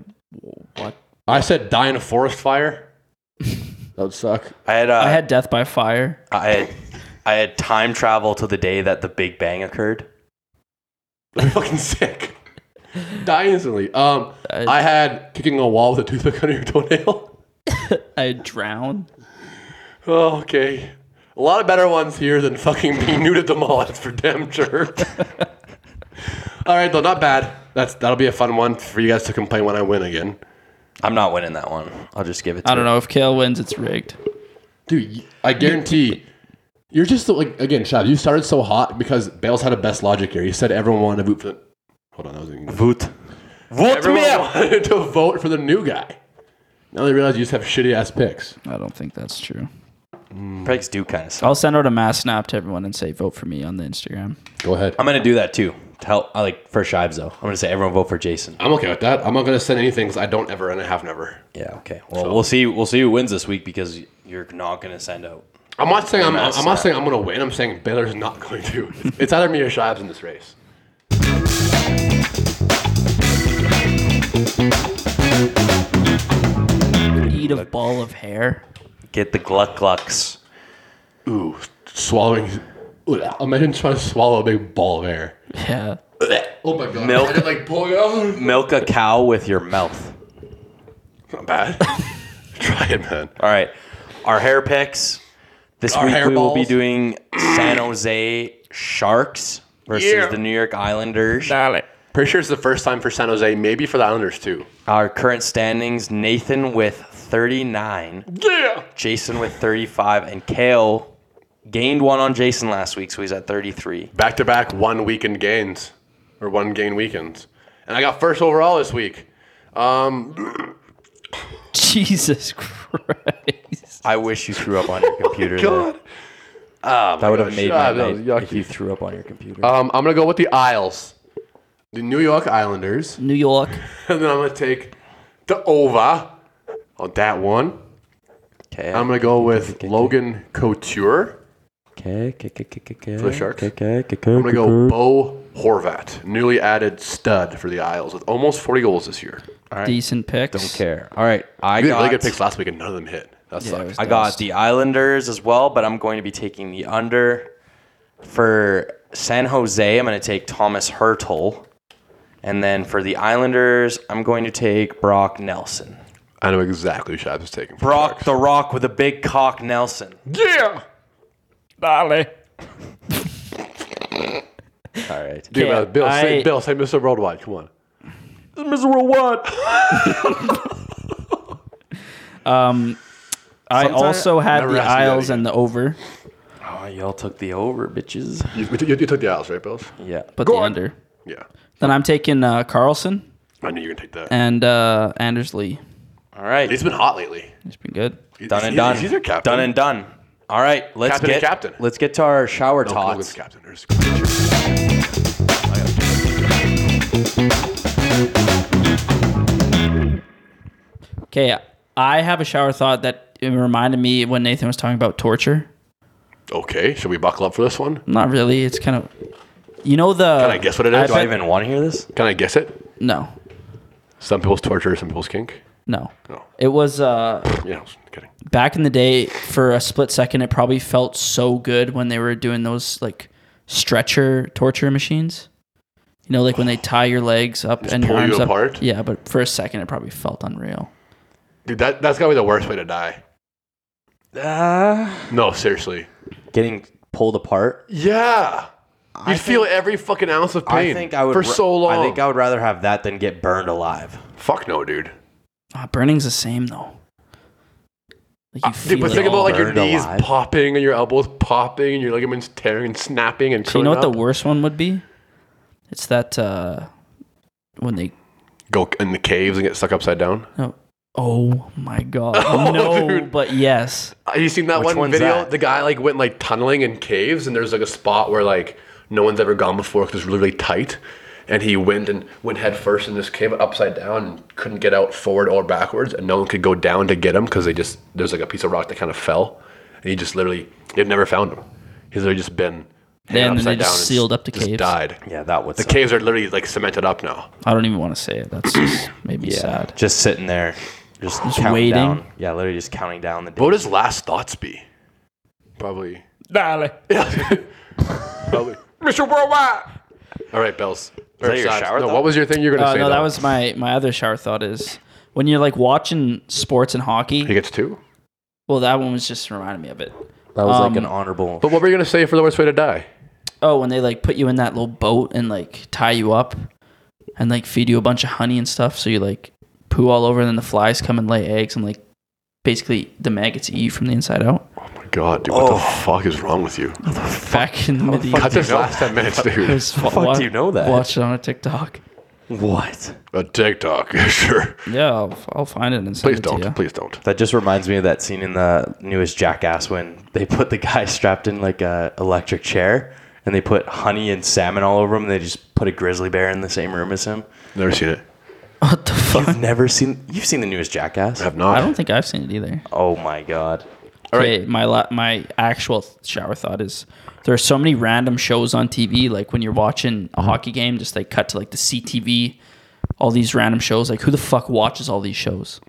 [SPEAKER 2] what?
[SPEAKER 1] I said die in a forest fire. that would suck.
[SPEAKER 3] I had, uh,
[SPEAKER 2] I had death by fire.
[SPEAKER 3] I had I had time travel to the day that the Big Bang occurred.
[SPEAKER 1] That'd be fucking sick. die instantly. Um, I had kicking a wall with a toothpick under your toenail.
[SPEAKER 2] I drown.
[SPEAKER 1] Oh, okay. A lot of better ones here than fucking being nude at the mall. That's for damn sure. All right, though, not bad. That's that'll be a fun one for you guys to complain when I win again.
[SPEAKER 3] I'm not winning that one. I'll just give it. to
[SPEAKER 2] I don't
[SPEAKER 3] you.
[SPEAKER 2] know if Kale wins. It's rigged.
[SPEAKER 1] Dude, y- I guarantee you're just the- like again, Shab. You started so hot because Bales had a best logic here. He said everyone wanted to vote for. The, hold on, that was in English.
[SPEAKER 3] Vote. Vote me
[SPEAKER 1] Everyone
[SPEAKER 3] out.
[SPEAKER 1] wanted to vote for the new guy. Now they realize you just have shitty ass picks.
[SPEAKER 2] I don't think that's true.
[SPEAKER 3] Pregs do kind of suck.
[SPEAKER 2] I'll send out a mass snap to everyone and say vote for me on the Instagram.
[SPEAKER 1] Go ahead.
[SPEAKER 3] I'm gonna do that too. To help, I like for Shives though. I'm gonna say everyone vote for Jason.
[SPEAKER 1] I'm okay with that. I'm not gonna send anything 'cause I don't ever and I have never.
[SPEAKER 3] Yeah. Okay. Well, we'll see. We'll see who wins this week because you're not gonna send out.
[SPEAKER 1] I'm not saying I'm,
[SPEAKER 3] That's
[SPEAKER 1] I'm not
[SPEAKER 3] sad.
[SPEAKER 1] saying I'm gonna win. I'm saying Baylor's not going to. it's either me or Shabs in this race.
[SPEAKER 2] Eat a ball of hair.
[SPEAKER 3] Get the gluck glucks.
[SPEAKER 1] Ooh, swallowing. Ooh, imagine trying to swallow a big ball of air.
[SPEAKER 2] Yeah.
[SPEAKER 1] Oh my god.
[SPEAKER 3] Milk.
[SPEAKER 1] I did, like pulling it out.
[SPEAKER 3] Milk a cow with your mouth.
[SPEAKER 1] Not bad. Try it, man.
[SPEAKER 3] All right. Our hair picks. This
[SPEAKER 1] Our
[SPEAKER 3] week we
[SPEAKER 1] hair
[SPEAKER 3] will be
[SPEAKER 1] balls.
[SPEAKER 3] doing San Jose Sharks versus
[SPEAKER 1] Yeah.
[SPEAKER 3] the New York Islanders.
[SPEAKER 1] Pretty sure it's the first time for San Jose, maybe for the Islanders too.
[SPEAKER 3] Our current standings: Nathan with 39,
[SPEAKER 1] Yeah.
[SPEAKER 3] Jason with 35, and Kale gained one on Jason last week, so he's at 33.
[SPEAKER 1] Back to back one weekend gains, or one gain weekends, and I got first overall this week.
[SPEAKER 2] Jesus Christ.
[SPEAKER 3] I wish you threw up on your computer.
[SPEAKER 1] Oh,
[SPEAKER 3] there. that would have made
[SPEAKER 1] God,
[SPEAKER 3] my
[SPEAKER 1] Ah, that was
[SPEAKER 3] night if
[SPEAKER 1] yucky.
[SPEAKER 3] you threw up on your computer.
[SPEAKER 1] Um, I'm gonna go with the Isles, the New York Islanders,
[SPEAKER 2] New York.
[SPEAKER 1] and then I'm gonna take the over on that one.
[SPEAKER 3] okay.
[SPEAKER 1] I'm gonna go with Logan Couture.
[SPEAKER 3] Okay, okay, okay, okay, okay.
[SPEAKER 1] the Sharks.
[SPEAKER 3] Okay, okay, okay,
[SPEAKER 1] I'm gonna go Bo Horvat, newly added stud for the Isles with almost 40 goals this year.
[SPEAKER 2] Decent picks.
[SPEAKER 3] Don't care. All right, I
[SPEAKER 1] I got
[SPEAKER 3] got.
[SPEAKER 1] really good picks last week, and none of them hit. That
[SPEAKER 2] Yeah, it
[SPEAKER 1] sucks.
[SPEAKER 2] was
[SPEAKER 3] I got
[SPEAKER 2] dust.
[SPEAKER 3] the Islanders as well, but I'm going to be taking the under for San Jose. I'm going to take Thomas Hurtle, and then for the Islanders, I'm going to take Brock Nelson.
[SPEAKER 1] I know exactly who Shabs is taking. for
[SPEAKER 3] Brock
[SPEAKER 1] Sharks.
[SPEAKER 3] the Rock with a big cock, Nelson.
[SPEAKER 1] Yeah.
[SPEAKER 3] All right,
[SPEAKER 1] Dude,
[SPEAKER 2] Okay,
[SPEAKER 1] uh, Bill, say
[SPEAKER 2] I-
[SPEAKER 1] Bill, say Mr. Worldwide. Come on.
[SPEAKER 3] miserable what?
[SPEAKER 2] Um, I
[SPEAKER 3] Sometime-
[SPEAKER 2] also had
[SPEAKER 1] Never
[SPEAKER 2] the
[SPEAKER 1] asked me that
[SPEAKER 2] Isles and the over,
[SPEAKER 3] Oh, y'all took the over, bitches.
[SPEAKER 1] You, you- you took the Isles, right, Bills?
[SPEAKER 3] Yeah,
[SPEAKER 2] but
[SPEAKER 1] Go
[SPEAKER 2] the
[SPEAKER 1] on.
[SPEAKER 2] under.
[SPEAKER 1] Yeah.
[SPEAKER 2] Then I'm taking uh, Carlson
[SPEAKER 1] I knew you were gonna take that.
[SPEAKER 2] and uh, Anders Lee.
[SPEAKER 3] all right,
[SPEAKER 1] He's been hot lately.
[SPEAKER 2] It's been good.
[SPEAKER 3] done and done.
[SPEAKER 1] He's your captain.
[SPEAKER 3] Done and done. All right, let's
[SPEAKER 1] Captain
[SPEAKER 3] get
[SPEAKER 1] and captain.
[SPEAKER 3] let's get to our shower
[SPEAKER 1] No, Logan's
[SPEAKER 3] tots.
[SPEAKER 1] captain. There's- I
[SPEAKER 2] Okay, I have a shower thought that it reminded me when Nathan was talking about torture.
[SPEAKER 1] got- Okay, should we buckle up for this one?
[SPEAKER 2] Not really. It's kind of, you know the.
[SPEAKER 1] Can I guess what it is?
[SPEAKER 3] Do I even want to hear this?
[SPEAKER 1] Can I guess it?
[SPEAKER 2] No,
[SPEAKER 1] Some people's torture, some people's kink.
[SPEAKER 2] no.
[SPEAKER 1] No.
[SPEAKER 2] It was uh,
[SPEAKER 1] Yeah, I was kidding.
[SPEAKER 2] back in the day. For a split second, it probably felt so good when they were doing those like stretcher torture machines. You know, like when they tie your legs up and your
[SPEAKER 1] pull you
[SPEAKER 2] arms up.
[SPEAKER 1] apart?
[SPEAKER 2] Yeah, but for a second, it probably felt unreal.
[SPEAKER 1] Dude, that, that's gotta be the worst way to die.
[SPEAKER 3] Uh,
[SPEAKER 1] No, seriously.
[SPEAKER 3] getting pulled apart.
[SPEAKER 1] Yeah. You feel every fucking ounce of pain
[SPEAKER 3] I think I would
[SPEAKER 1] for
[SPEAKER 3] ra-
[SPEAKER 1] so long.
[SPEAKER 3] I think I would rather have that than get burned alive.
[SPEAKER 1] Fuck no, dude.
[SPEAKER 2] Ah, burning's the same though. Like you feel
[SPEAKER 1] Ah, Dude, but
[SPEAKER 2] it
[SPEAKER 1] think
[SPEAKER 2] all.
[SPEAKER 1] about like your
[SPEAKER 3] burned
[SPEAKER 1] knees
[SPEAKER 3] alive.
[SPEAKER 1] popping and your elbows popping and your ligaments tearing and snapping and
[SPEAKER 2] So you
[SPEAKER 1] curling
[SPEAKER 2] know what the
[SPEAKER 1] up.
[SPEAKER 2] worst one would be? It's that uh when they
[SPEAKER 1] go in the caves and get stuck upside down.
[SPEAKER 2] no. Oh my god. no,
[SPEAKER 1] dude.
[SPEAKER 2] but yes.
[SPEAKER 1] Uh, You seen that
[SPEAKER 3] Which
[SPEAKER 1] one
[SPEAKER 3] one's
[SPEAKER 1] video?
[SPEAKER 3] that?
[SPEAKER 1] The guy like went like tunneling in caves, and there's like a spot where like no one's ever gone before because it's really, really tight. And he went and went head first in this cave upside down and couldn't get out forward or backwards, and no one could go down to get him because they just there's like a piece of rock that kind of fell, and he just literally they've never found him. He's literally just been hanging
[SPEAKER 2] Then they
[SPEAKER 1] upside
[SPEAKER 2] just
[SPEAKER 1] down and
[SPEAKER 2] sealed up the
[SPEAKER 1] just
[SPEAKER 2] caves.
[SPEAKER 1] Died.
[SPEAKER 3] Yeah, that would.
[SPEAKER 1] The caves are literally like cemented up now.
[SPEAKER 2] I don't even want to say it. That's just maybe sad.
[SPEAKER 3] Just sitting there, just, counting
[SPEAKER 2] waiting.
[SPEAKER 3] down. Yeah, literally just counting down the
[SPEAKER 1] What
[SPEAKER 3] days.
[SPEAKER 1] would his last thoughts be? Probably. Probably. Mr. Worldwide. All right, bells.
[SPEAKER 3] that your
[SPEAKER 1] Sides.
[SPEAKER 3] shower
[SPEAKER 1] no,
[SPEAKER 3] thought?
[SPEAKER 1] what was your thing you were gonna
[SPEAKER 2] Uh,
[SPEAKER 1] say?
[SPEAKER 2] no, that
[SPEAKER 1] though?
[SPEAKER 2] was my my other shower thought is when you're like watching sports and
[SPEAKER 1] He
[SPEAKER 2] hockey.
[SPEAKER 1] gets two.
[SPEAKER 2] Well, that one was just reminding me of it.
[SPEAKER 3] That was
[SPEAKER 2] Um,
[SPEAKER 3] like an honorable.
[SPEAKER 1] But what were you gonna say for the worst way to die?
[SPEAKER 2] Oh, when they like put you in that little boat and like tie you up and like feed you a bunch of honey and stuff so you like poo all over and then the flies come and lay eggs and like basically the maggots eat you from the inside out.
[SPEAKER 1] Oh my god, dude, what
[SPEAKER 3] Oh.
[SPEAKER 1] the fuck is wrong with you?
[SPEAKER 2] Back in the medieval
[SPEAKER 1] Cut this last ten minutes, dude.
[SPEAKER 2] times, wa-
[SPEAKER 3] fuck do you know that?
[SPEAKER 2] Watched it on a TikTok.
[SPEAKER 3] What?
[SPEAKER 1] A TikTok, sure.
[SPEAKER 2] Yeah, I'll, I'll find it and send
[SPEAKER 1] Please
[SPEAKER 2] it
[SPEAKER 1] don't.
[SPEAKER 2] to you.
[SPEAKER 1] Please don't.
[SPEAKER 3] That just reminds me of that scene in the newest Jackass when they put the guy strapped in like a electric chair and they put honey and salmon all over him. And they just put a grizzly bear in the same room as him.
[SPEAKER 1] Never seen it.
[SPEAKER 2] What the fuck?
[SPEAKER 3] You've never seen. You've seen the newest Jackass.
[SPEAKER 1] I have not.
[SPEAKER 2] I don't think I've seen it either.
[SPEAKER 3] Oh my god.
[SPEAKER 1] All right.
[SPEAKER 2] Okay, my la- my actual th- shower thought is there are so many random shows on TV. Like when you're watching
[SPEAKER 1] Mm-hmm.
[SPEAKER 2] a hockey game, just like cut to like the CTV, all these random shows. Like who the fuck watches all these shows?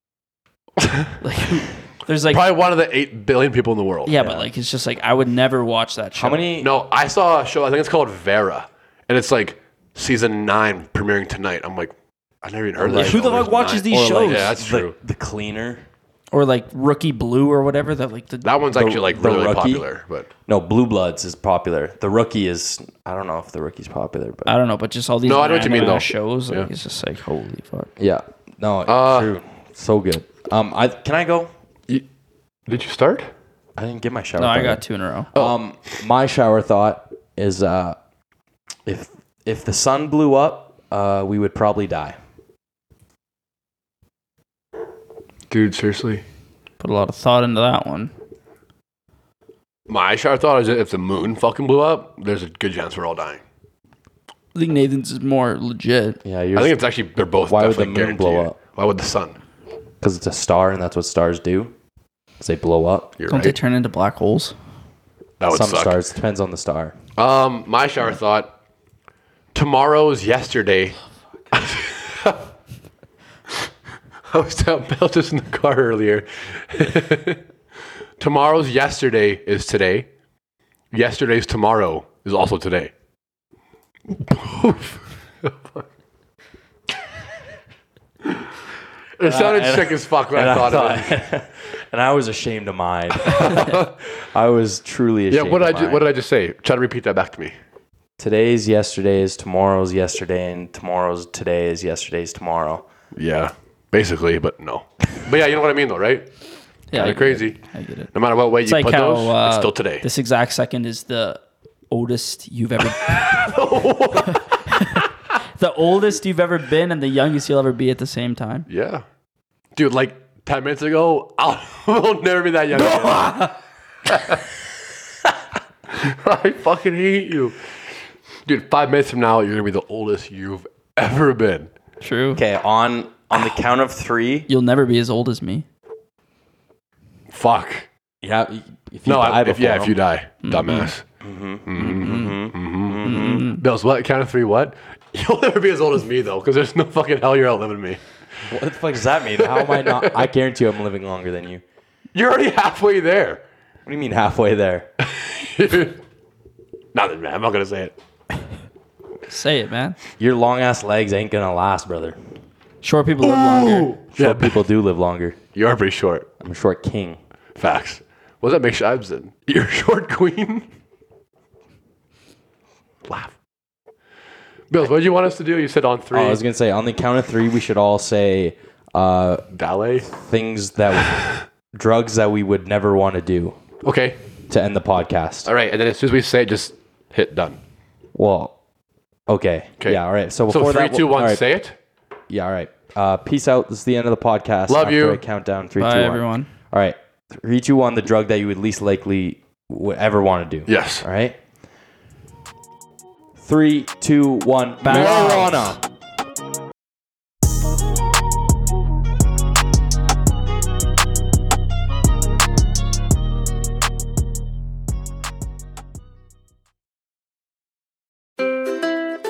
[SPEAKER 2] like who- there's like
[SPEAKER 1] Probably one of the eight billion people in the world.
[SPEAKER 2] yeah, but like it's just like I would never watch that show.
[SPEAKER 3] How many?
[SPEAKER 1] No, I saw a show. I think it's called Vera, and it's like season nine premiering tonight. I'm like, I never even heard of
[SPEAKER 3] Like,
[SPEAKER 1] that.
[SPEAKER 2] who
[SPEAKER 1] show.
[SPEAKER 2] the fuck
[SPEAKER 1] There's
[SPEAKER 2] watches
[SPEAKER 1] nine-
[SPEAKER 2] these
[SPEAKER 1] or, like,
[SPEAKER 2] shows?
[SPEAKER 1] yeah, that's
[SPEAKER 3] the,
[SPEAKER 1] true.
[SPEAKER 3] The cleaner.
[SPEAKER 2] or like Rookie Blue or whatever that like the
[SPEAKER 1] That one's actually like
[SPEAKER 3] the
[SPEAKER 1] really, really
[SPEAKER 3] rookie?
[SPEAKER 1] popular, but
[SPEAKER 3] No, Blue Bloods is popular. The rookie is. I don't know if the rookie's popular, but
[SPEAKER 1] Uh,
[SPEAKER 2] I don't know, but just all these
[SPEAKER 1] No, I know
[SPEAKER 2] random
[SPEAKER 1] what you mean, though.
[SPEAKER 2] shows. Like,
[SPEAKER 1] Yeah.
[SPEAKER 2] It's just like holy fuck.
[SPEAKER 3] yeah. No,
[SPEAKER 1] uh,
[SPEAKER 3] true. So good. Um, I can I go?
[SPEAKER 1] did you start?
[SPEAKER 3] I didn't get my shower.
[SPEAKER 2] No, I
[SPEAKER 3] thought
[SPEAKER 2] got Oh. two in a row.
[SPEAKER 3] Um, my shower thought is uh, if if the sun blew up, uh, we would probably die.
[SPEAKER 1] Dude, seriously.
[SPEAKER 2] Put a lot of thought into that one.
[SPEAKER 1] My shower thought is that if the moon fucking blew up, there's a good chance we're all dying.
[SPEAKER 2] I think Nathan's is more legit.
[SPEAKER 3] Yeah,
[SPEAKER 1] I
[SPEAKER 3] you're
[SPEAKER 1] think it's actually they're both.
[SPEAKER 3] Why would
[SPEAKER 1] definitely
[SPEAKER 3] the moon blow
[SPEAKER 1] guaranteed.
[SPEAKER 3] up?
[SPEAKER 1] Why would the sun?
[SPEAKER 3] because it's a star, and that's what stars do. Is they blow up.
[SPEAKER 1] You're
[SPEAKER 2] Don't they
[SPEAKER 1] right.
[SPEAKER 2] turn into black holes?
[SPEAKER 1] That would
[SPEAKER 3] Some
[SPEAKER 1] suck.
[SPEAKER 3] stars depends on the star.
[SPEAKER 1] Um, my shower thought. Tomorrow's yesterday. I was telling Mel this in the car earlier. Tomorrow's yesterday is today. Yesterday's tomorrow is also today. it sounded
[SPEAKER 3] and-
[SPEAKER 1] sick as fuck when I thought, of it.
[SPEAKER 3] and I was ashamed of mine. I was truly
[SPEAKER 1] Yeah,
[SPEAKER 3] ashamed.
[SPEAKER 1] what did,
[SPEAKER 3] of
[SPEAKER 1] I ju-
[SPEAKER 3] mine.
[SPEAKER 1] what did I just say? Try to repeat that back to me.
[SPEAKER 3] Today's yesterday's tomorrow's yesterday, and tomorrow's today is yesterday's tomorrow.
[SPEAKER 1] Yeah, basically, but no. But yeah, you know what I mean though, right?
[SPEAKER 2] Yeah,
[SPEAKER 1] Kinda
[SPEAKER 2] I get
[SPEAKER 1] crazy.
[SPEAKER 2] it. I get it.
[SPEAKER 1] No matter what way
[SPEAKER 2] It's
[SPEAKER 1] you
[SPEAKER 2] like
[SPEAKER 1] put
[SPEAKER 2] how
[SPEAKER 1] those,
[SPEAKER 2] uh,
[SPEAKER 1] it's still today.
[SPEAKER 2] This exact second is the oldest you've ever. the oldest you've ever been, and the youngest you'll ever be at the same time.
[SPEAKER 1] yeah. Dude, like 10 minutes ago, I'll, I'll never be that young again. I fucking hate you. Dude, five minutes from now, you're going to be the oldest you've ever been.
[SPEAKER 2] True.
[SPEAKER 3] Okay, on on the count of three.
[SPEAKER 2] You'll never be as old as me.
[SPEAKER 1] Fuck.
[SPEAKER 3] Yeah, if you
[SPEAKER 1] No,
[SPEAKER 3] die
[SPEAKER 1] I, if, yeah,
[SPEAKER 3] before Mm-hmm.
[SPEAKER 1] if you die, dumbass. Mm-hmm. Bills, what? Count of three, what? You'll never be as old as me, though, because there's no fucking hell you're outliving me.
[SPEAKER 3] What the fuck does that mean? How am I not? I guarantee you I'm living longer than you.
[SPEAKER 1] You're already halfway there.
[SPEAKER 3] What do you mean halfway there?
[SPEAKER 1] Nothing, man. I'm not gonna say it.
[SPEAKER 2] Say it, man.
[SPEAKER 3] Your long ass legs ain't gonna last, brother.
[SPEAKER 2] Short people live longer.
[SPEAKER 1] Yeah,
[SPEAKER 3] Short people do live longer.
[SPEAKER 1] you are pretty short.
[SPEAKER 3] I'm a short king.
[SPEAKER 1] Facts. What does that make Shibes then? You're a short queen. Laugh. Bills, what did you want us to do? You said on three
[SPEAKER 3] Oh, I was gonna say on the count of three, we should all say uh,
[SPEAKER 1] ballet.
[SPEAKER 3] things that, drugs that we would never want to do
[SPEAKER 1] Okay.
[SPEAKER 3] to end the podcast.
[SPEAKER 1] All right. And then as soon as we say it, just hit done.
[SPEAKER 3] Well, okay,
[SPEAKER 1] 'Kay.
[SPEAKER 3] yeah, all right. So
[SPEAKER 1] So
[SPEAKER 3] before
[SPEAKER 1] three, two, one,
[SPEAKER 3] that, we'll- all right.
[SPEAKER 1] say it.
[SPEAKER 3] Yeah, all right. Uh, peace out. This is the end of the podcast.
[SPEAKER 1] Love
[SPEAKER 3] After
[SPEAKER 1] you.
[SPEAKER 3] I count down. Three, two,
[SPEAKER 2] Bye,
[SPEAKER 3] one.
[SPEAKER 2] everyone.
[SPEAKER 3] All right. Three, two, one. The drug that you would least likely would ever want to do.
[SPEAKER 1] Yes.
[SPEAKER 3] All right. Three, two, one. Marijuana.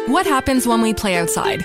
[SPEAKER 4] What happens when we play outside?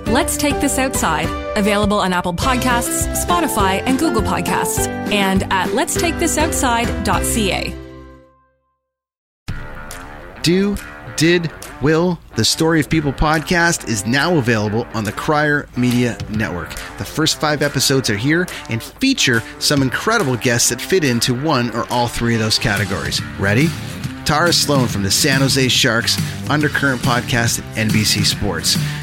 [SPEAKER 4] Let's Take This Outside, available on Apple Podcasts, Spotify, and Google Podcasts, and at letstakethisoutside.ca.
[SPEAKER 5] do, did, Will, the Story of People podcast is now available on the Crier Media Network. The first five episodes are here and feature some incredible guests that fit into one or all three of those categories. Ready? Tara Sloan from the San Jose Sharks, Undercurrent Podcast at NBC Sports.